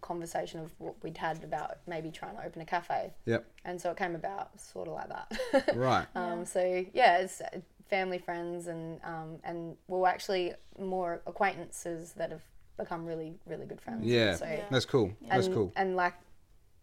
C: conversation of what we'd had about maybe trying to open a cafe,
A: yep
C: and so it came about sort of like that.
A: right
C: Um, So yeah, it's uh, family, friends, and um, and well, actually more acquaintances that have become really, really good friends.
A: yeah
C: So
A: that's cool
C: And,
A: that's cool
C: And like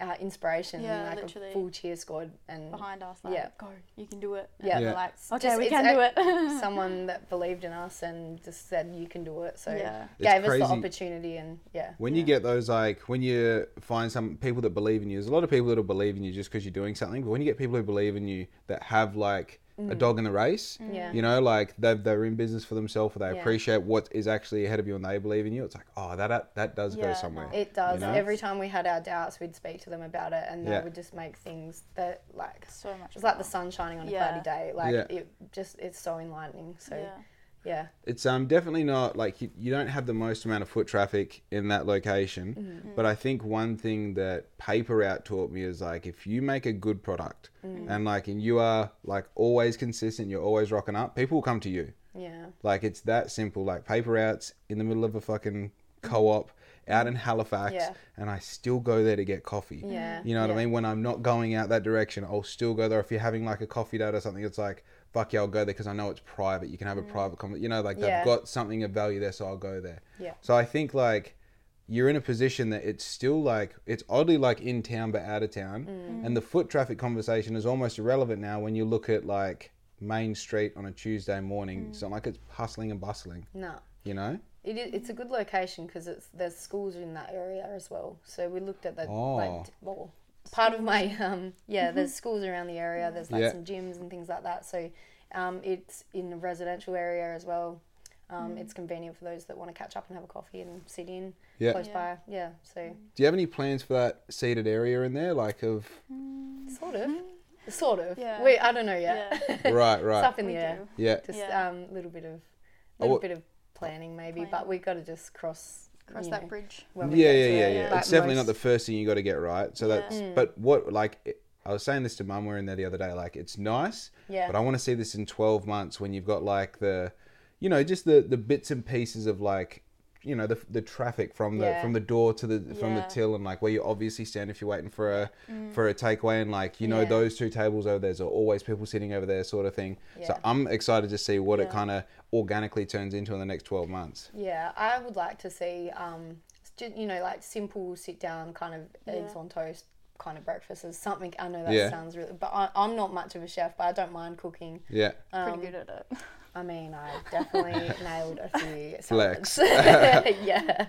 C: uh, inspiration,
B: Yeah,
C: like
B: literally.
C: a full cheer squad, and
B: Behind us, like,
C: Yeah.
B: go, you can do it.
C: Yeah.
B: And we're
A: Yeah.
B: like,
C: It's
B: okay,
C: just-
B: we
C: it's
B: can
C: a-
B: do it.
C: someone that believed in us and just said you can do it. So
B: Yeah.
A: It's
C: gave us
A: crazy.
C: the opportunity, and yeah.
A: when you get those like when you find some people that believe in you there's a lot of people that'll believe in you just because you're doing something but when you get people who believe in you that have like a dog in the race
B: Mm.
C: Yeah.
A: you know like they've, they're in business for themselves or they
C: Yeah.
A: appreciate what is actually ahead of you and they believe in you it's like oh that that does go
B: Yeah,
A: somewhere
B: no.
C: It does.
A: You know?
C: Every time we had our doubts, we'd speak to them about it, and
A: Yeah.
C: they would just make things that like
B: so much.
C: it's like the sun shining on
B: Yeah.
C: a cloudy day. Like
A: Yeah.
C: it just it's so enlightening. So
B: Yeah.
C: yeah.
A: it's um definitely not like you, you don't have the most amount of foot traffic in that location
C: Mm-hmm.
A: but i think one thing that paper out taught me is like if you make a good product
C: Mm.
A: and like and you are like always consistent you're always rocking up people will come to you
C: Yeah.
A: Like it's that simple. Like paper outs in the middle of a fucking co-op out in Halifax,
C: Mm. Yeah.
A: and I still go there to get coffee.
C: Yeah.
A: You know what
C: yeah.
A: I mean? When I'm not going out that direction, I'll still go there. If you're having like a coffee date or something, it's like fuck yeah, I'll go there because I know it's private. You can have a private comment. You know, like
C: Mm. Yeah.
A: they've got something of value there, so I'll go there.
C: Yeah.
A: So I think like you're in a position that it's still like it's oddly like in town but out of town
C: Mm.
A: and the foot traffic conversation is almost irrelevant now when you look at like main street on a tuesday morning
C: Mm.
A: it's not like it's hustling and bustling
C: No.
A: you know
C: It is, it's a good location because it's there's schools in that area as well. So we looked at that.
A: Oh.
C: Like, t- well, part of my um yeah, there's schools around the area. There's like
A: Yeah.
C: some gyms and things like that. So um, it's in the residential area as well.
B: Mm.
C: Um, It's convenient for those that want to catch up and have a coffee and sit in
A: Yeah.
C: close
B: Yeah.
C: by. Yeah. So
A: do you have any plans for that seated area in there like of
C: sort of, sort of.
B: Mm. Yeah.
C: We I don't know yet.
B: Yeah.
A: right
C: It's
A: right
C: up in
B: We
C: the air.
B: do.
A: yeah
C: Just
B: Yeah.
C: um, little bit of,
A: I
C: little
A: wa-
C: bit of planning maybe,
B: Plan.
C: but we got to just cross
B: Cross
C: you
B: that
C: know,
B: bridge.
C: when we
A: yeah,
C: get
A: yeah,
C: to
A: yeah,
C: it.
A: yeah.
C: But
A: It's definitely
C: most-
A: not the first thing you got to get right. So
B: Yeah.
A: that's, but what, like, it- I was saying this to mum, we were in there the other day, like, it's nice,
C: Yeah.
A: but I want to see this in 12 months when you've got, like, the, you know, just the, the bits and pieces of, like, you know the, the traffic from the
C: Yeah.
A: from the door to the from the
B: Yeah.
A: till and like where you obviously stand if you're waiting for a for a takeaway and like you know
C: Mm. Yeah.
A: those two tables over there's always people sitting over there sort of thing so
C: Yeah.
A: i'm excited to see what it
B: Yeah.
A: kind of organically turns into in the next 12 months
C: Yeah, I would like to see, um, s- ju- you know, like simple sit down kind of eggs
B: Yeah.
C: on toast kind of breakfast is something. I know that
A: Yeah.
C: sounds really, but I, I'm not much of a chef, but I don't mind cooking. Um,
A: yeah
B: Pretty good at it.
C: I mean, I definitely nailed a few
A: Flex.
C: salads. yeah,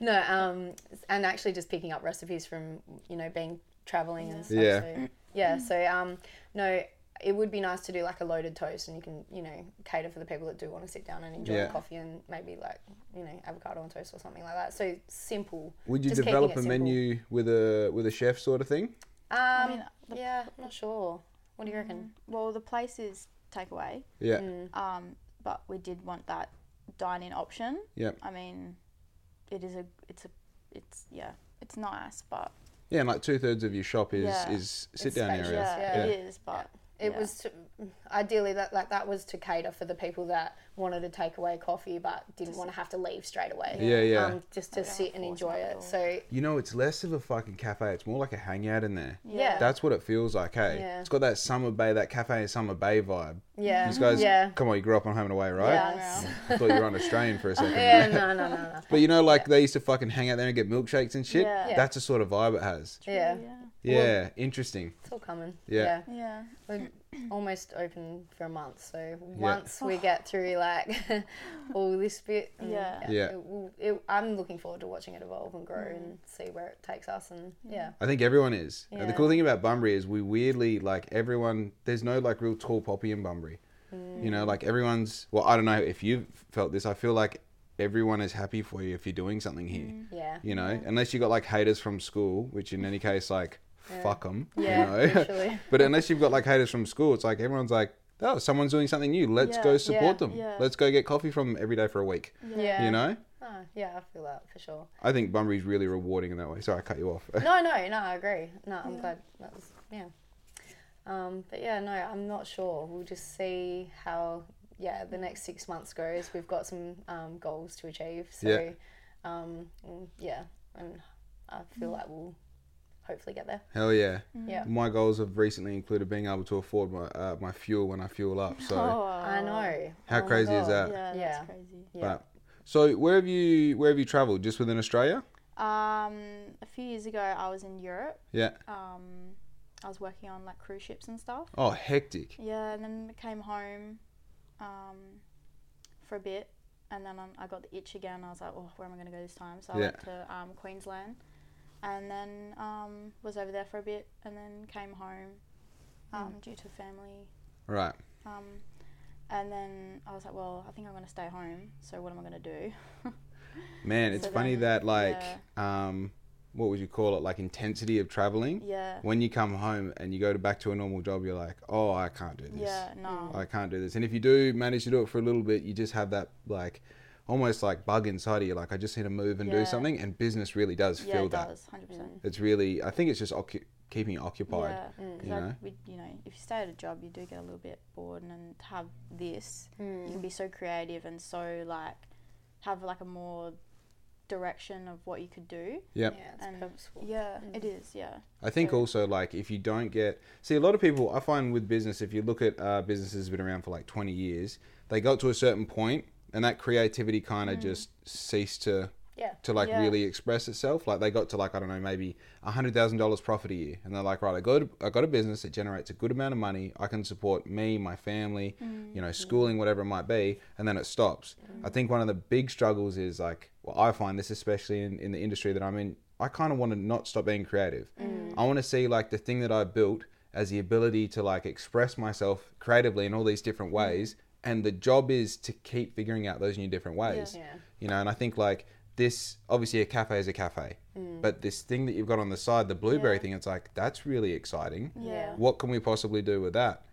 C: no, um, and actually just picking up recipes from you know being traveling and stuff.
A: Yeah.
C: so, yeah. So um, no, it would be nice to do like a loaded toast, and you can you know cater for the people that do want to sit down and enjoy
A: Yeah.
C: the coffee and maybe like you know avocado on toast or something like that. So simple.
A: Would you
C: just keeping
A: develop
C: it
A: a
C: simple.
A: menu with a with a chef sort of thing?
C: Um,
B: mean, uh, the-
C: yeah, I'm not sure. What do you reckon?
B: Well, the place is takeaway,
A: Yeah,
C: Mm.
B: um, but we did want that dine-in option.
A: yeah,
B: I mean, it is a, it's a, it's yeah, it's nice, but
A: yeah. And like two thirds of your shop is
B: Yeah.
A: is sit
C: It's
A: down
C: spacious,
B: yeah,
A: area.
C: yeah.
B: it is, but
C: It
B: yeah.
C: was to, ideally that like that was to cater for the people that wanted to take away coffee but didn't want to have to leave straight away.
A: Yeah, yeah.
C: Um, just to
B: don't
C: sit and
B: force
C: enjoy
B: them at
C: it.
B: all.
C: So
A: You know, it's less of a fucking cafe. It's more like a hangout in there.
C: yeah,
A: That's what it feels like. Hey,
C: Yeah.
A: it's got that summer bay, that cafe and summer bay vibe.
C: yeah,
A: These guys,
C: yeah,
A: come on, you grew up on home and away, right?
C: Yes.
A: I thought you were on Australian for a second.
C: yeah. No, no, no, no.
A: But you know, like they used to fucking hang out there and get milkshakes and shit.
B: Yeah. Yeah.
A: That's the sort of vibe it has.
C: Yeah,
A: Yeah, interesting.
C: it's all coming.
A: Yeah.
B: yeah, yeah.
C: We're almost open for a month, so once we get through like all this bit, and
B: Yeah.
A: Yeah.
C: It, will- it, I'm looking forward to watching it evolve and grow and see where it takes us. And yeah,
A: I think everyone is. And the
C: Yeah.
A: cool thing about Bunbury is we weirdly like everyone. There's no like real tall poppy in Bunbury. You know, like everyone's. Well, I don't know if you've felt this. I feel like everyone is happy for you if you're doing something here.
C: Mm. yeah,
A: You know, unless you got like haters from school, which in any case, like fuck 'em, fuck them.
C: Yeah,
A: you know?
C: literally.
A: but unless you've got like haters from school, it's like everyone's like, oh, someone's doing something new. Let's
B: Yeah,
A: go support
B: yeah,
A: them.
B: yeah.
A: Let's go get coffee from them every day for a week.
C: yeah.
A: You know,
C: Oh, yeah, I feel that for sure.
A: I think Bunbury's really rewarding in that way. Sorry, I cut you off.
C: No, no, no, I agree. No, I'm glad that was yeah. Um, but yeah, no, I'm not sure. We'll just see how yeah the next six months goes. We've got some um, goals to achieve, so
A: Yeah.
C: um, mm, yeah, and I feel like we'll hopefully get there.
A: Hell yeah.
C: Yeah.
A: My goals have recently included being able to afford my uh, my fuel when I fuel up. So,
C: I know.
A: How
C: Oh my
A: crazy is that?
C: God.
B: Oh, Yeah,
C: Yeah.
B: that's crazy.
C: Yeah.
A: But, so where have you where have you travelled? Just within Australia?
B: Um, a few years ago, I was in Europe.
A: Yeah.
B: Um, I was working on like cruise ships and stuff.
A: Oh, hectic.
B: Yeah, and then I came home, um, for a bit, and then um, I got the itch again. I was like, oh, where am I going to go this time? So I
A: Yeah.
B: went to um, Queensland, and then um, was over there for a bit, and then came home, um, due to family.
A: Right.
B: Um, and then I was like, well, I think I'm going to stay home. So what am I going to do?
A: Man, it's
B: So
A: funny
B: then-
A: that like um what would you call it? Like intensity of travelling.
B: yeah.
A: When you come home and you go to back to a normal job, you're like, "Oh, I can't do this.
B: Yeah. No.
A: I can't do this." And if you do manage to do it for a little bit, you just have that like almost like bug inside of you like I just need to move and
B: Yeah.
A: do something and business really does
B: yeah,
A: feel
B: it
A: that.
B: does. Hundred percent.
A: It's really, I think it's just occu- keeping you occupied.
B: Yeah. Because
A: you know?
B: we, you know, if you stay at a job, you do get a little bit bored, and then to have this, you can be so creative and so like have like a more direction of what you could do.
A: Yep.
C: Yeah, it's
B: And-
C: purposeful.
B: Yeah, it is. Yeah.
A: I think also like if you don't get, see a lot of people, I find with business, if you look at uh, businesses that have been around for like 20 years, they got to a certain point and that creativity kind of just ceased to
C: Yeah.
A: to like
B: Mm. Yeah.
A: really express itself. Like they got to like I don't know maybe a hundred thousand dollars profit a year, and they're like, right, I got a, I got a business that generates a good amount of money. I can support me, my family, you
B: Mm-hmm.
A: know, schooling, whatever it might be, and then it stops. I think one of the big struggles is like, well, I find this especially in, in the industry that I'm in. I kind of want to not stop being creative. I want to see like the thing that I built as the ability to like express myself creatively in all these different ways. And the job is to keep figuring out those new different ways
C: Yeah.
A: you know and i think like this obviously a cafe is a cafe but this thing that you've got on the side the blueberry
B: Yeah.
A: thing it's like that's really exciting
B: Yeah.
A: what can we possibly do with that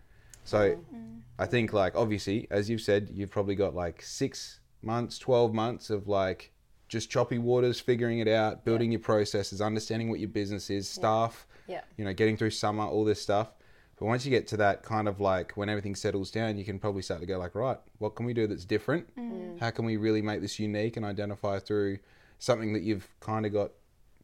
A: so
C: Mm-hmm.
A: i think like obviously as you've said you've probably got like six months 12 months of like just choppy waters figuring it out building your processes understanding what your business is staff
C: Yeah.
A: you know getting through summer all this stuff but once you get to that kind of like when everything settles down you can probably start to go like right what can we do that's different
C: Mm.
A: how can we really make this unique and identify through something that you've kind of got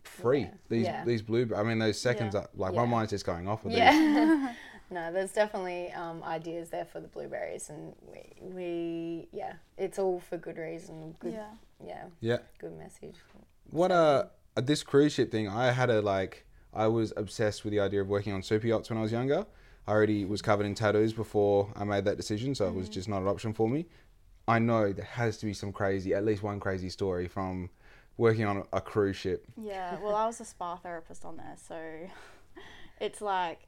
A: free
C: Yeah.
A: these
C: Yeah.
A: these blue i mean those seconds
B: Yeah.
A: are like
C: Yeah.
A: my mind's just going off with these.
C: Yeah. no, there's definitely um, ideas there for the blueberries, and we, we, yeah, it's all for good reason. Good,
B: Yeah.
C: yeah.
A: yeah
C: Good message.
A: What uh this cruise ship thing? I had a like I was obsessed with the idea of working on super yachts when I was younger. I already was covered in tattoos before I made that decision, so it was just not an option for me. I know there has to be some crazy, at least one crazy story from working on a cruise ship.
B: Yeah, well, I was a spa therapist on there, so it's like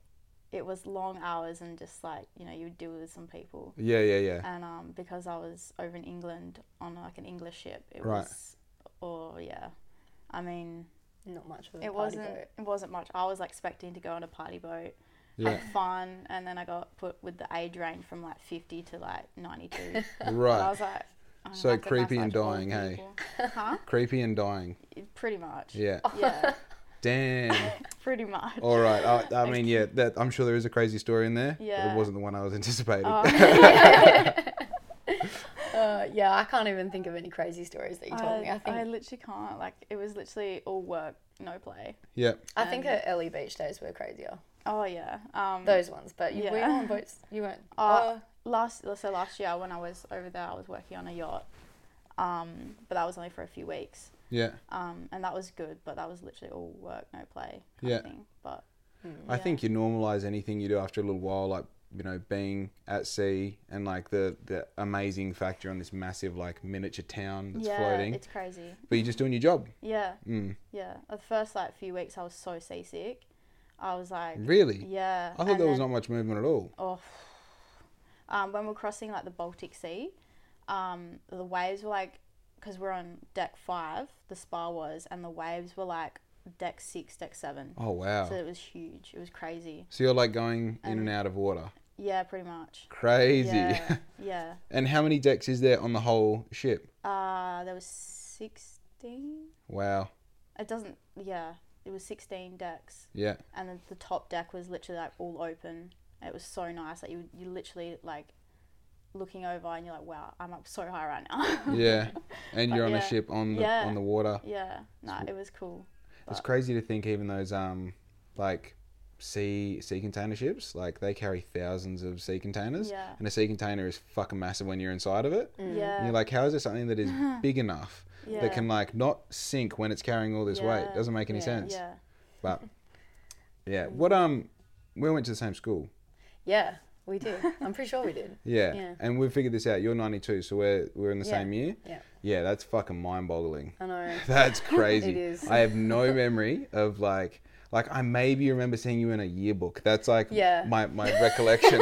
B: it was long hours and just like you know you would deal with some people,
A: Yeah, yeah, yeah.
B: and um, because I was over in England on like an English ship, it
A: Right.
B: was or yeah, I mean
C: Not much of a
B: it
C: party
B: wasn't
C: boat.
B: it wasn't much. I was like expecting to go on a party boat,
A: Yeah.
B: have fun, and then I got put with the age range from like fifty to like ninety two. I
A: Right.
B: was like. I don't
A: So
B: know, I think
A: creepy and
B: that's, like, all
A: dying, hey?
B: people. Huh?
A: Creepy and dying.
B: Pretty much.
A: Yeah. Oh.
B: Yeah.
A: Damn.
B: Pretty much.
A: All right. I, I mean, yeah. That I'm sure there is a crazy story in there. but
B: Yeah.
A: It wasn't the one I was anticipating.
C: Uh, yeah, I can't even think of any crazy stories that you told me. I think I,
B: literally can't. Like, it was literally all work, no play.
A: yeah.
C: think her early beach days were crazier.
B: Oh yeah. Um,
C: Those ones, but you, were you
B: Yeah.
C: on boats? You weren't.
B: uh,
C: oh,
B: last so last year when I was over there, I was working on a yacht. Um, but that was only for a few weeks.
A: Yeah.
B: Um, and that was good, but that was literally all work, no play. Kind
A: Yeah.
B: Of thing. But
A: I
B: Yeah.
A: think you normalize anything you do after a little while, like you know, being at sea and like the the amazing factor on this massive like miniature town that's
B: yeah,
A: floating.
B: it's crazy.
A: But you're just doing your job.
B: Yeah.
A: Mm.
B: Yeah. The first like few weeks, I was so seasick. I was like,
A: Really?
B: yeah.
A: I thought
B: and
A: there was
B: then-
A: not much movement at all.
B: Oh, um, when we're crossing like the Baltic Sea, um, the waves were like, because we're on deck five, the spa was, and the waves were like deck six, deck seven.
A: Oh wow!
B: So
A: So,
B: it was huge. It was crazy.
A: you're like going in and out of water.
B: Yeah, pretty much.
A: Crazy.
B: Yeah, yeah.
A: and how many decks is there on the whole ship?
B: Uh, there was sixteen.
A: Wow.
B: It doesn't. Yeah, it was sixteen decks,
A: Yeah.
B: and then the top deck was literally like all open. It was so nice. Like you, you literally like looking over, and you're like, wow, I'm up so high right now.
A: Yeah. And you're on a
B: yeah.
A: ship on the
B: Yeah.
A: on the water.
B: Yeah, no, it was cool.
A: It's
B: But-
A: crazy to think even those um like sea sea container ships, like they carry thousands of sea containers.
B: Yeah.
A: And a sea container is fucking massive when you're inside of it. Mm. And
B: Yeah,
A: you're like, how is there something that is big enough
B: Yeah.
A: that can like not sink when it's carrying all this weight?
B: Yeah.
A: Doesn't make any
C: Yeah.
A: sense.
B: yeah,
A: But yeah. What um we went to the same school.
C: yeah, we did. I'm pretty sure we did.
A: Yeah.
C: Yeah.
A: And we figured this out. You're ninety two, so we're we're in the
C: Yeah.
A: same year.
C: Yeah.
A: Yeah, that's fucking mind boggling.
C: I know.
A: That's crazy.
C: It is.
A: I have no memory of like like I maybe remember seeing you in a yearbook. That's like
C: Yeah.
A: my, my recollection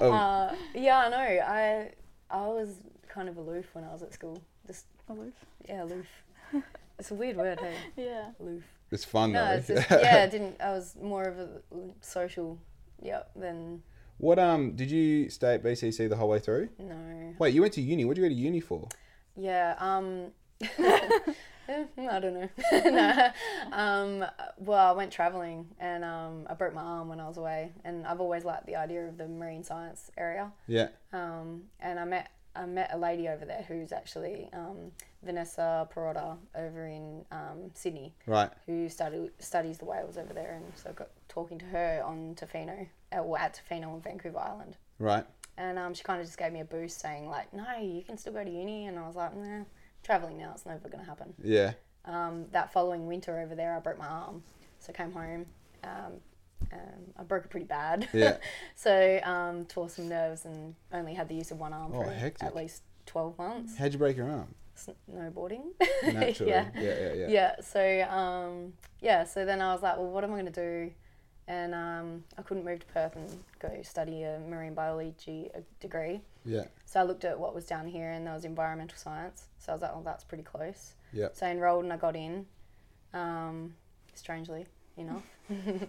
A: of
C: Uh, yeah, I know. I I was kind of aloof when I was at school. Just yeah, aloof. It's a weird word, hey.
B: yeah,
C: Aloof.
A: it's fun
C: No,
A: though.
C: it's just yeah. I didn't. I was more of a social. Yeah. Then
A: what um did you stay at BCC the whole way through?
C: no.
A: Wait, you went to uni. What did you go to uni for?
C: Yeah. Um. eh, I don't know. no. Um. Well, I went traveling and um. I broke my arm when I was away, and I've always liked the idea of the marine science area.
A: Yeah.
C: Um, and I met I met a lady over there who's actually um, Vanessa Perotta over in um, Sydney,
A: Right.
C: who study, studies the whales over there. And so I got talking to her on Tofino, uh, well, at Tofino on Vancouver Island.
A: Right.
C: And um, she kind of just gave me a boost saying, like, no, you can still go to uni. And I was like, nah, traveling now, it's never going to happen.
A: Yeah.
C: Um, that following winter over there, I broke my arm. So I came home. Um, um, I broke it pretty bad.
A: Yeah.
C: so um, tore some nerves and only had the use of one arm
A: Oh,
C: for
A: hectic.
C: at least 12 months.
A: How'd you break your arm?
C: Snowboarding.
A: Naturally.
C: yeah.
A: Yeah. Yeah. Yeah.
C: Yeah. So um, yeah. So then I was like, well, what am I going to do? And um, I couldn't move to Perth and go study a marine biology uh, degree.
A: Yeah.
C: So I looked at what was down here, and there was environmental science. So I was like, oh, that's pretty close.
A: Yeah.
C: So I enrolled and I got in. Um, strangely enough.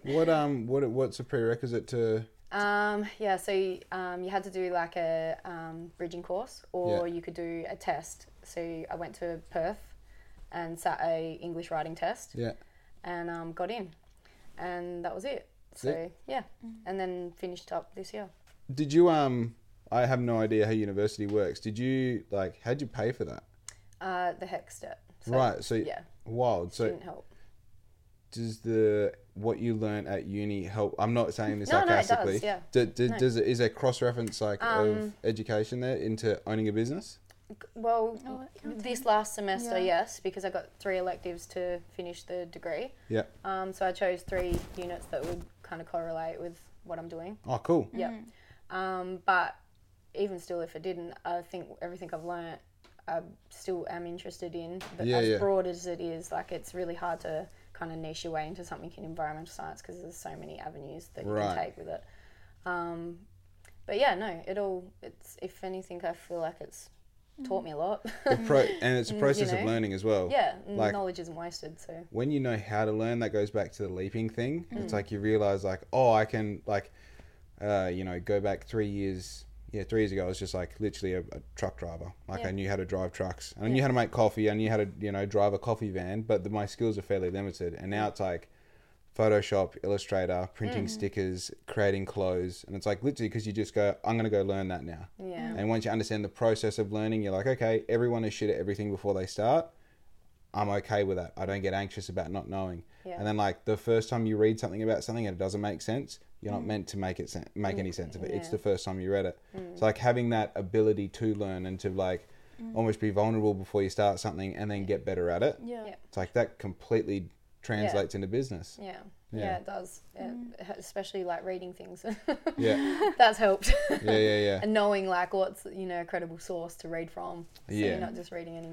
A: What um what what's a prerequisite to
C: Um, yeah, so you, um, you had to do like a um, bridging course, or you could do a test. So I went to Perth and sat a English writing test,
A: yeah
C: and um, got in, and that was it. So
A: it?
C: yeah, and then finished up this year.
A: Did you um? I have no idea how university works. Did you like? How'd you pay for that?
C: Uh, the hex step. So
A: right. So
C: yeah,
A: Wild. So
C: didn't help.
A: does the what you learn at uni help? I'm not saying this
C: No, no, it does,
A: sarcastically.
C: yeah. Um,
A: Do- do- Does it is there cross reference like of education there into owning a business?
C: Well,
B: Oh,
C: this last semester,
B: Yeah.
C: yes, because I got three electives to finish the degree.
A: Yeah.
C: Um, so I chose three units that would kind of correlate with what I'm doing.
A: Oh, cool.
C: Yeah. Um, but even still, if it didn't, I think everything I've learnt, I still am interested in. But
A: Yeah,
C: as
A: yeah.
C: broad as it is, like it's really hard to kind of niche your way into something in environmental science because there's so many avenues that you
A: Right.
C: can take with it. Um, but yeah, no, it all. It's if anything, I feel like it's taught me a lot.
A: The pro and it's a
C: you
A: process of
C: know.
A: learning as well.
C: yeah, n-
A: Like-
C: knowledge isn't wasted. So
A: when you know how to learn that goes back to the leaping thing it's like you realize like oh i can like uh, you know go back three years yeah three years ago i was just like literally a, a truck driver like i
C: Yeah.
A: knew how to drive trucks and i knew how to make coffee i knew how to you know drive a coffee van but the, my skills are fairly limited and now it's like photoshop illustrator printing stickers creating clothes and it's like literally because you just go i'm going to go learn that now
C: yeah,
A: and once you understand the process of learning, you're like, okay, everyone is shit at everything before they start. I'm okay with that. I don't get anxious about not knowing.
C: Yeah.
A: And then like the first time you read something about something and it doesn't make sense, you're not meant to make it sen- make any sense of it. It's
C: Mm. yeah. Mm.
A: the first time you read it. It's like having that ability to learn and to like almost be vulnerable before you start something and then get better at it.
B: Yeah.
C: Yeah.
A: It's like that completely translates into business.
C: yeah,
A: Yeah.
C: yeah, it does. Yeah, especially like reading things.
A: Yeah.
C: That's helped.
A: Yeah, yeah, yeah.
C: and knowing like what's you know a credible source to read from. So
A: Yeah.
C: you're not just reading any.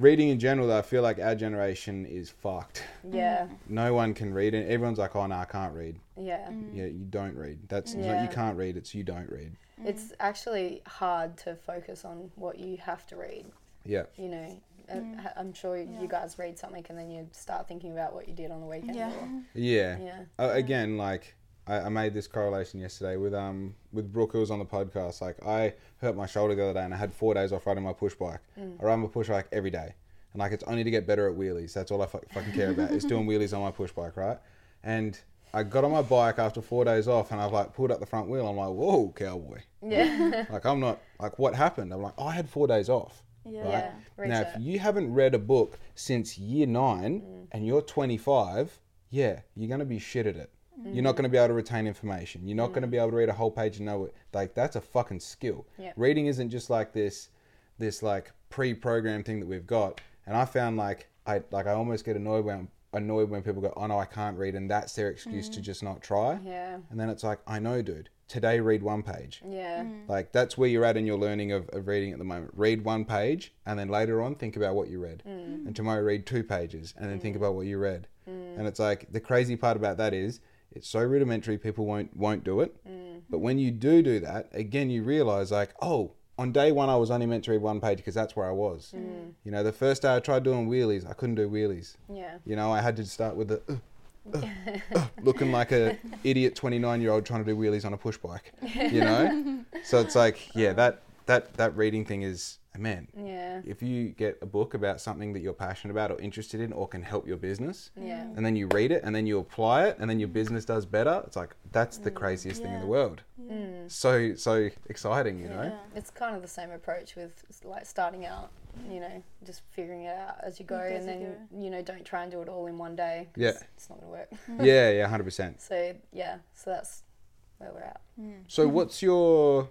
A: Reading in general, though, I feel like our generation is fucked.
C: Yeah,
A: No one can read it. Everyone's like, "Oh no, I can't read."
C: yeah.
A: Yeah, you don't read. That's not
C: Yeah.
A: you can't read. It's you don't read.
C: It's actually hard to focus on what you have to read.
A: Yeah,
C: You know, Uh, ha- I'm sure you guys read something and then you start thinking about what you did on the weekend.
B: Yeah.
C: Or,
A: yeah.
C: yeah.
A: Uh, again, like I, I made this correlation yesterday with um with Brooke who was on the podcast. Like I hurt my shoulder the other day and I had four days off riding my push bike. I ride my push bike every day, and like it's only to get better at wheelies. That's all I fuck fucking care about is doing wheelies on my push bike, right? And I got on my bike after four days off, and I've like pulled up the front wheel. I'm like, whoa, cowboy!
C: Yeah.
A: Like I'm not like what happened? I'm like, oh, I had four days off.
B: Yeah.
A: right?
C: Yeah,
A: now,
C: research.
A: if you haven't read a book since year nine
C: Mm.
A: and you're 25, yeah, you're going to be shit at it. You're
C: Mm.
A: not going to be able to retain information. You're not going to be able to read a whole page and know it. Like that's a fucking skill.
C: Yeah.
A: Reading isn't just like this, this like pre-programmed thing that we've got. And I found like I like I almost get annoyed when annoyed when people go, oh no, I can't read, and that's their excuse to just not try.
C: Mm. Yeah.
A: And then it's like, I know, dude. Today, read one page.
C: Yeah.
A: Like that's where you're at in your learning of, of reading at the moment. Read one page and then later on think about what you read. And tomorrow read two pages and then think about what you read. And it's like the crazy part about that is it's so rudimentary people won't won't do it. But when you do do that, again you realize like, oh, on day one I was only meant to read one page because that's where I was. You know, the first day I tried doing wheelies, I couldn't do wheelies.
C: Yeah.
A: You know, I had to start with the uh, uh, uh, looking like a idiot twenty nine year old trying to do wheelies on a push bike. You know, so it's like yeah, that that that reading thing is man.
C: Yeah.
A: If you get a book about something that you're passionate about or interested in or can help your business,
C: Yeah.
A: and then you read it and then you apply it and then your business does better, it's like that's the craziest thing in the
B: Mm, Yeah.
A: world. So so exciting, you know.
B: Yeah.
C: It's kind of the same approach with like starting out, you know, just figuring it out as you go,
B: Like as
C: and
B: you
C: then you know, don't try and do it all in one day. 'cause
A: Yeah.
C: it's not gonna work.
A: Yeah, yeah, hundred percent.
C: So yeah, so that's where we're at.
A: So what's your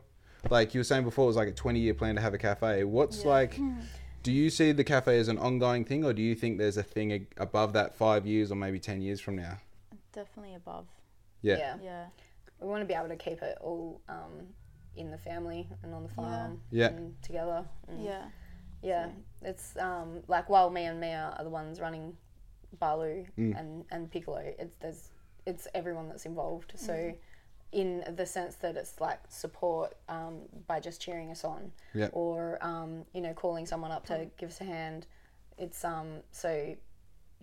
A: like you were saying before it was like a 20 year plan to have a cafe. What's like Do you see the cafe as an ongoing thing, or do you think there's a thing a- above that five years or maybe ten years from now?
B: Definitely above.
A: Yeah.
C: Yeah.
B: Yeah.
C: We want to be able to keep it all um, in the family and on the farm
A: Yeah.
C: and together.
A: Mm.
C: And
B: Yeah.
C: yeah. It's um, like while me and Mia are the ones running Balu
A: Mm.
C: and, and Piccolo, it's there's it's everyone that's involved. So
A: Mm.
C: in the sense that it's like support um, by just cheering us on
A: Yeah.
C: or um, you know calling someone up to give us a hand. It's um so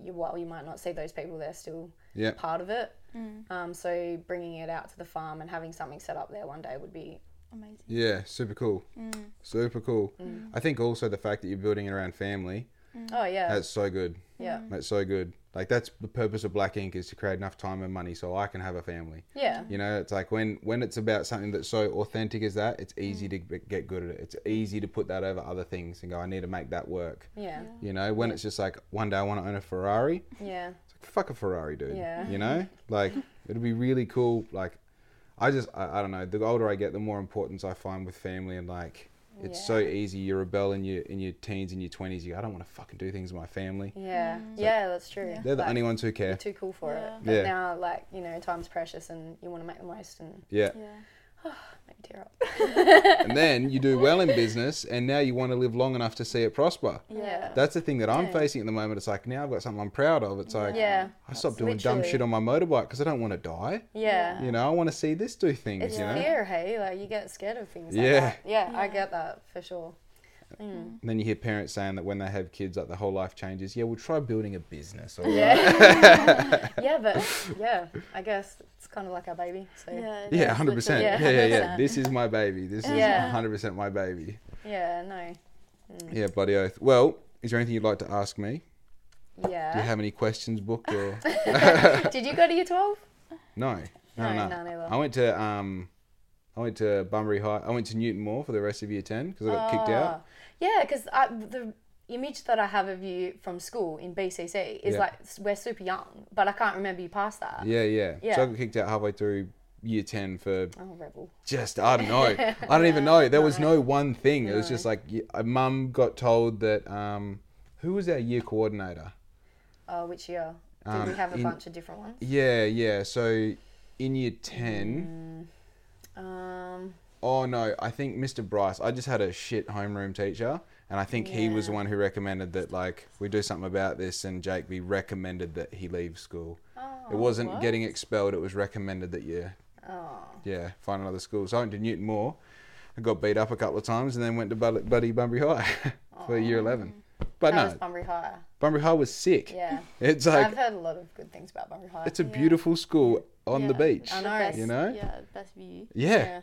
C: you, while you might not see those people, they're still
A: Yeah.
C: part of it. Um, so bringing it out to the farm and having something set up there one day would be
B: Amazing.
A: Yeah, super cool. Super cool. I think also the fact that you're building it around family,
C: oh yeah
A: that's so good.
C: yeah
A: That's so good. Like that's the purpose of Black Ink is to create enough time and money so I can have a family.
C: yeah
A: You know, it's like when when it's about something that's so authentic as that, it's easy to g- get good at it. It's easy to put that over other things and go, I need to make that work.
C: yeah
A: You know, when it's just like one day I want to own a Ferrari,
C: yeah
A: it's like fuck a Ferrari, dude.
C: Yeah.
A: You know, like it'd be really cool. Like, I just I, I don't know. The older I get, the more importance I find with family and like. It's so easy. You rebel in your in your teens and your twenties. You go, I don't want to fucking do things with my family.
C: yeah yeah that's true
A: They're the
C: Like,
A: only ones who care.
C: too cool for
B: Yeah.
C: it but
A: Yeah.
C: now like you know time's precious and you want to make the most and
A: Yeah.
B: Yeah.
C: make it tear up
A: and then you do well in business, and now you want to live long enough to see it prosper.
C: Yeah.
A: That's the thing that I'm
C: Yeah.
A: facing at the moment. It's like now I've got something I'm proud of. It's like
C: yeah
A: I stopped doing dumb
C: Literally.
A: shit on my motorbike because I don't want to die.
C: yeah,
A: You know, I want to see this do things.
C: it's
A: you know,
C: fear hey like you get scared of things like
A: Yeah.
C: that. yeah I
B: Yeah.
C: get that for sure Mm.
A: And then you hear parents saying that when they have kids, like the whole life changes. Yeah, we'll try building a business. Or
C: yeah yeah but yeah I guess it's kind of like our baby so
B: Yeah.
A: yeah,
B: that's
A: hundred percent. Yeah,
C: Yeah,
B: literally-
A: yeah, yeah.
B: 100%.
A: This is my baby. This is
C: Yeah. Mm.
A: hundred percent my baby.
C: yeah no
A: Yeah, bloody oath. Well, is there anything you'd like to ask me? Do you
C: yeah
A: have any questions booked or
C: did you go to year 12
A: no? No, no.
C: No, none either.
A: I went to um, I went to Bunbury High. I went to Newton Moore for the rest of Year Ten because I got kicked out.
C: Ah. Yeah, because the image that I have of you from school in BCC is
A: Yeah.
C: like s- we're super young, but I can't remember you past that.
A: Yeah, yeah, So
C: Ah. Yeah.
A: I got kicked out halfway through Year Ten for
C: Oh, rebel.
A: just I don't know. I don't even know. There was no one thing. It was just like y- uh, mum got told that um, who was our year coordinator?
C: Uh, which year? Did
A: Um,
C: we have a
A: in-
C: bunch of different ones?
A: Yeah, yeah. So in year ten,
C: Um,
A: oh no, I think Mr. Bryce. I just had a shit homeroom teacher, and I think he was the one who recommended that like we do something about this. And Jake, we recommended that he leave school. it
C: oh,
A: wasn't getting expelled. It was recommended that you,
C: oh.
A: yeah, find another school. So I went to Newton Moore. I got beat up a couple of times, and then went to Buddy, Buddy Bunbury High for year eleven. But
C: that
A: no,
C: was Bunbury High.
A: Bunbury High was sick.
C: Yeah.
A: It's
C: I've
A: like
C: heard a lot of good things about Bunbury High.
A: it's a beautiful school on the
B: Yeah.
A: beach.
C: I
B: The
C: know.
B: best-
A: You know?
B: Yeah. Best view.
A: Yeah.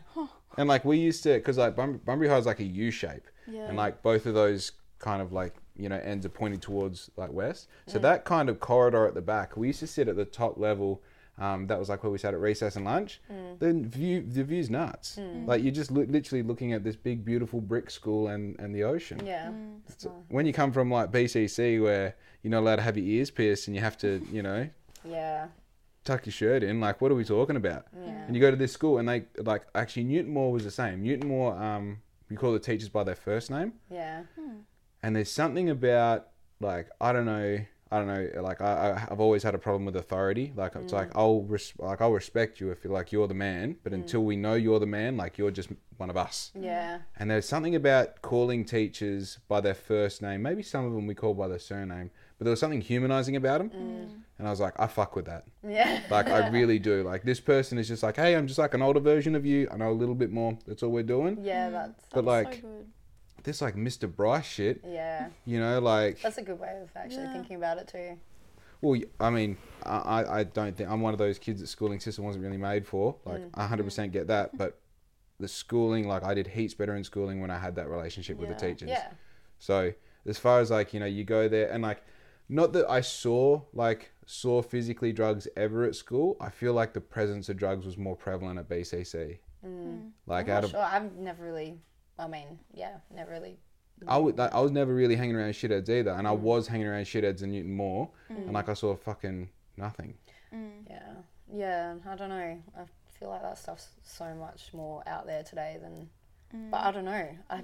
A: And like we used to, because like Bum- Bunbury High is like a U shape,
B: Yeah.
A: and like both of those kind of like you know ends are pointed towards like west. So that kind of corridor at the back, we used to sit at the top level. Um, that was like where we sat at recess and lunch. The view, the view's nuts. Like you're just li- literally looking at this big, beautiful brick school and and the ocean.
C: yeah. It's
A: So when you come from like BCC, where you're not allowed to have your ears pierced and you have to, you know,
C: nice. Yeah.
A: tuck your shirt in. Like, what are we talking about? And you go to this school, and they like actually Newton Moore was the same. Newton Moore, um, you call the teachers by their first name,
C: Yeah.
A: and there's something about like I don't know, I don't know. Like I, I I've always had a problem with authority. Like it's like I'll res- like I'll respect you if you're like you're the man, but until we know you're the man, like you're just one of us.
C: Yeah.
A: And there's something about calling teachers by their first name. Maybe some of them we call by their surname, but there was something humanizing about them. And I was like, I fuck with that.
C: Yeah.
A: Like I really do. Like this person is just like, hey, I'm just like an older version of you. I know a little bit more. That's all we're doing.
C: Yeah. That's.
A: But
B: That's
A: like-
B: So good.
A: This like Mr. Bryce shit,
C: Yeah.
A: you know, like
C: That's a good way of actually
B: Yeah.
C: thinking about it too.
A: well, I mean, I I- I don't think I'm one of those kids that schooling system wasn't really made for. Like
C: Mm,
A: I 100% get that, but the schooling, like I did heaps better in schooling when I had that relationship with the
B: Yeah.
A: teachers.
C: Yeah.
A: So as far as like you know, you go there and like, not that I saw like saw physically drugs ever at school. I feel like the presence of drugs was more prevalent at BCC. Like
C: Mm. I'm
A: out
C: not
A: of
C: sure. I've never really. I mean, yeah, never really.
A: I would like, I was never really hanging around shitheads either, and I
C: Mm.
A: was hanging around shitheads in Newton Moore, and like I saw fucking nothing.
B: Mm,
C: Yeah, yeah. I don't know. I feel like
B: Mm.
C: that stuff's so much more out there today than. But I don't know. I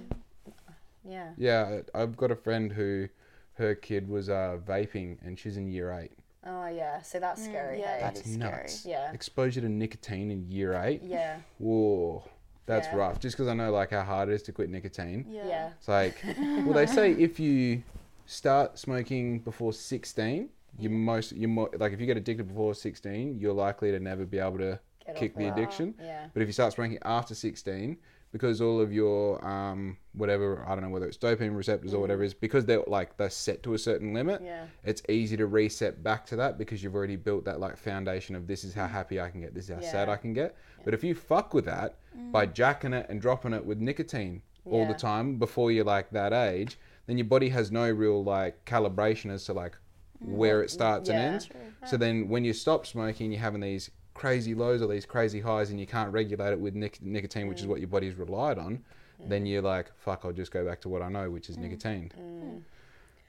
C: Yeah.
A: Yeah, I- I've got a friend who her kid was uh, vaping and she's in year eight.
C: Oh yeah. So that's scary.
B: Mm, yeah,
C: hey?
B: that
A: That's
B: is scary.
A: nuts.
C: Yeah.
A: Exposure to nicotine in year eight.
C: yeah.
A: Whoa, that's
C: Yeah.
A: rough. Just because I know like how hard it is to quit nicotine.
B: Yeah.
C: Yeah.
A: It's like, well, they say if you start smoking before 16, you most you mo- like if you get addicted before 16, you're likely to never be able to
C: Get off
A: kick the
C: it.
A: addiction.
C: Yeah.
A: But if you start smoking after 16, because all of your um, whatever I don't know whether it's dopamine receptors or whatever is because they're like they're set to a certain limit.
C: Mm. Yeah.
A: It's easy to reset back to that because you've already built that like foundation of this is how happy I can get, this is how sad
C: Mm. Yeah. Mm.
A: I can get. But if you fuck with that by jacking it and dropping it with nicotine all the
C: Yeah.
A: time before you're like that age, then your body has no real like calibration as to like where it starts
C: Mm, Yeah.
A: and ends. So then when you stop smoking, you're having these crazy lows or these crazy highs and you can't regulate it with nic- nicotine,
C: Mm.
A: which is what your body's relied on, then you're like, fuck, I'll just go back to what I know, which is nicotine.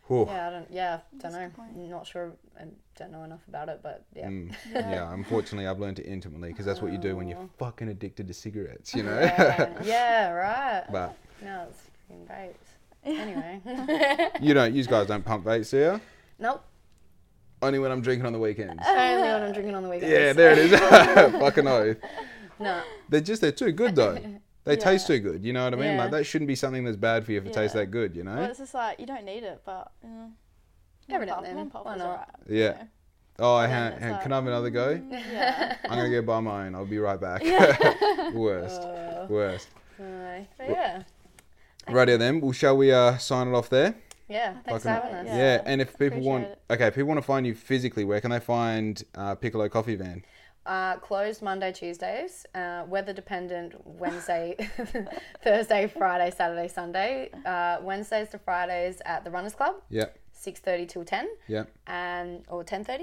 A: Whew.
C: Mm. Yeah. I don't. Yeah. Don't
B: That's a
C: know.
B: good point.
C: Not sure. I don't know enough about it, but yeah.
A: Mm, yeah. unfortunately, I've learned it intimately because that's what you do when you're fucking addicted to cigarettes, you know?
C: Oh. Yeah. yeah. Right.
A: but
C: No, it's freaking vapes. Anyway.
A: you don't, you guys don't pump vapes, do you?
C: nope.
A: Only when I'm drinking on the weekends.
C: Only when I'm drinking on the weekends.
A: yeah, there it is. fucking oath.
C: No.
A: They're just, they're too good though. They taste too good, you know what I mean?
C: Yeah.
A: Like, that shouldn't be something that's bad for you if it tastes
C: Yeah.
A: that good, you know?
B: Well, it's just like you don't need it, but you know,
C: Every now
B: puff-
C: and then.
B: one puff
C: Why
B: is
C: not?
B: alright,
A: Yeah.
B: so.
A: Oh, I
B: then
A: ha-
B: it's
A: ha-
B: like,
A: can I have another go?
B: Yeah.
A: I'm gonna go buy mine. I'll be right back. worst,
C: Uh,
A: worst.
C: anyway. But yeah.
A: Rightio then. Well, shall we uh, sign it off there?
C: Yeah. Thanks for
A: Fucking-
C: having us.
A: Yeah. And if people want,
B: Appreciate
A: okay, if people want to find you physically, where can they find uh, Piccolo Coffee Van?
C: Uh, closed Monday, Tuesdays, uh, weather dependent Wednesday, Thursday, Friday, Saturday, Sunday. Uh, Wednesdays to Fridays at the Runners Club,
A: Yep,
C: 6.30 till 10
A: yep.
C: and or 10.30.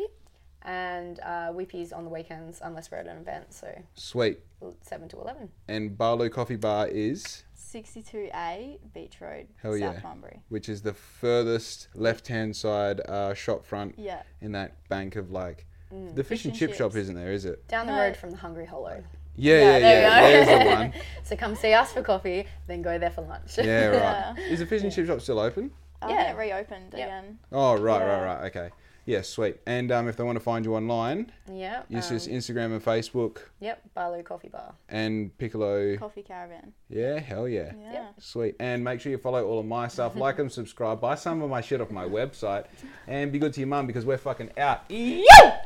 C: And uh, Whippies on the weekends unless we're at an event, so
A: Sweet.
C: 7 to 11.
A: And Barlow Coffee Bar is,
B: 62A Beach Road,
A: Hell
B: South
A: yeah.
B: Bunbury.
A: which is the furthest left-hand side uh, shop front
B: Yeah. Mm.
A: in that bank of like. The fish,
B: Fish
A: and
B: and
A: chip shop
B: chips.
A: isn't there, is it?
C: Down the
B: No.
C: road from the Hungry Hollow.
A: Yeah, yeah, yeah.
B: Yeah,
C: there we go.
A: There's the one.
C: So come see us for coffee, then go there for lunch.
A: Yeah, right.
B: Yeah.
A: Is the fish and chip shop still open?
B: I
C: Yeah.
B: think it reopened
C: Yep.
B: again.
A: Oh right,
B: Yeah.
A: right, right. Okay. Yeah, sweet. And um, if they want to find you online,
C: Yep.
A: it's
C: um,
A: just Instagram and Facebook
C: Yep, Barlow Coffee Bar.
A: and Piccolo.
B: Coffee Caravan.
A: Yeah, hell yeah.
B: Yeah.
A: Sweet. And make sure you follow all of my stuff, like and subscribe, buy some of my shit off my website, and be good to your mum because we're fucking out. Yeah!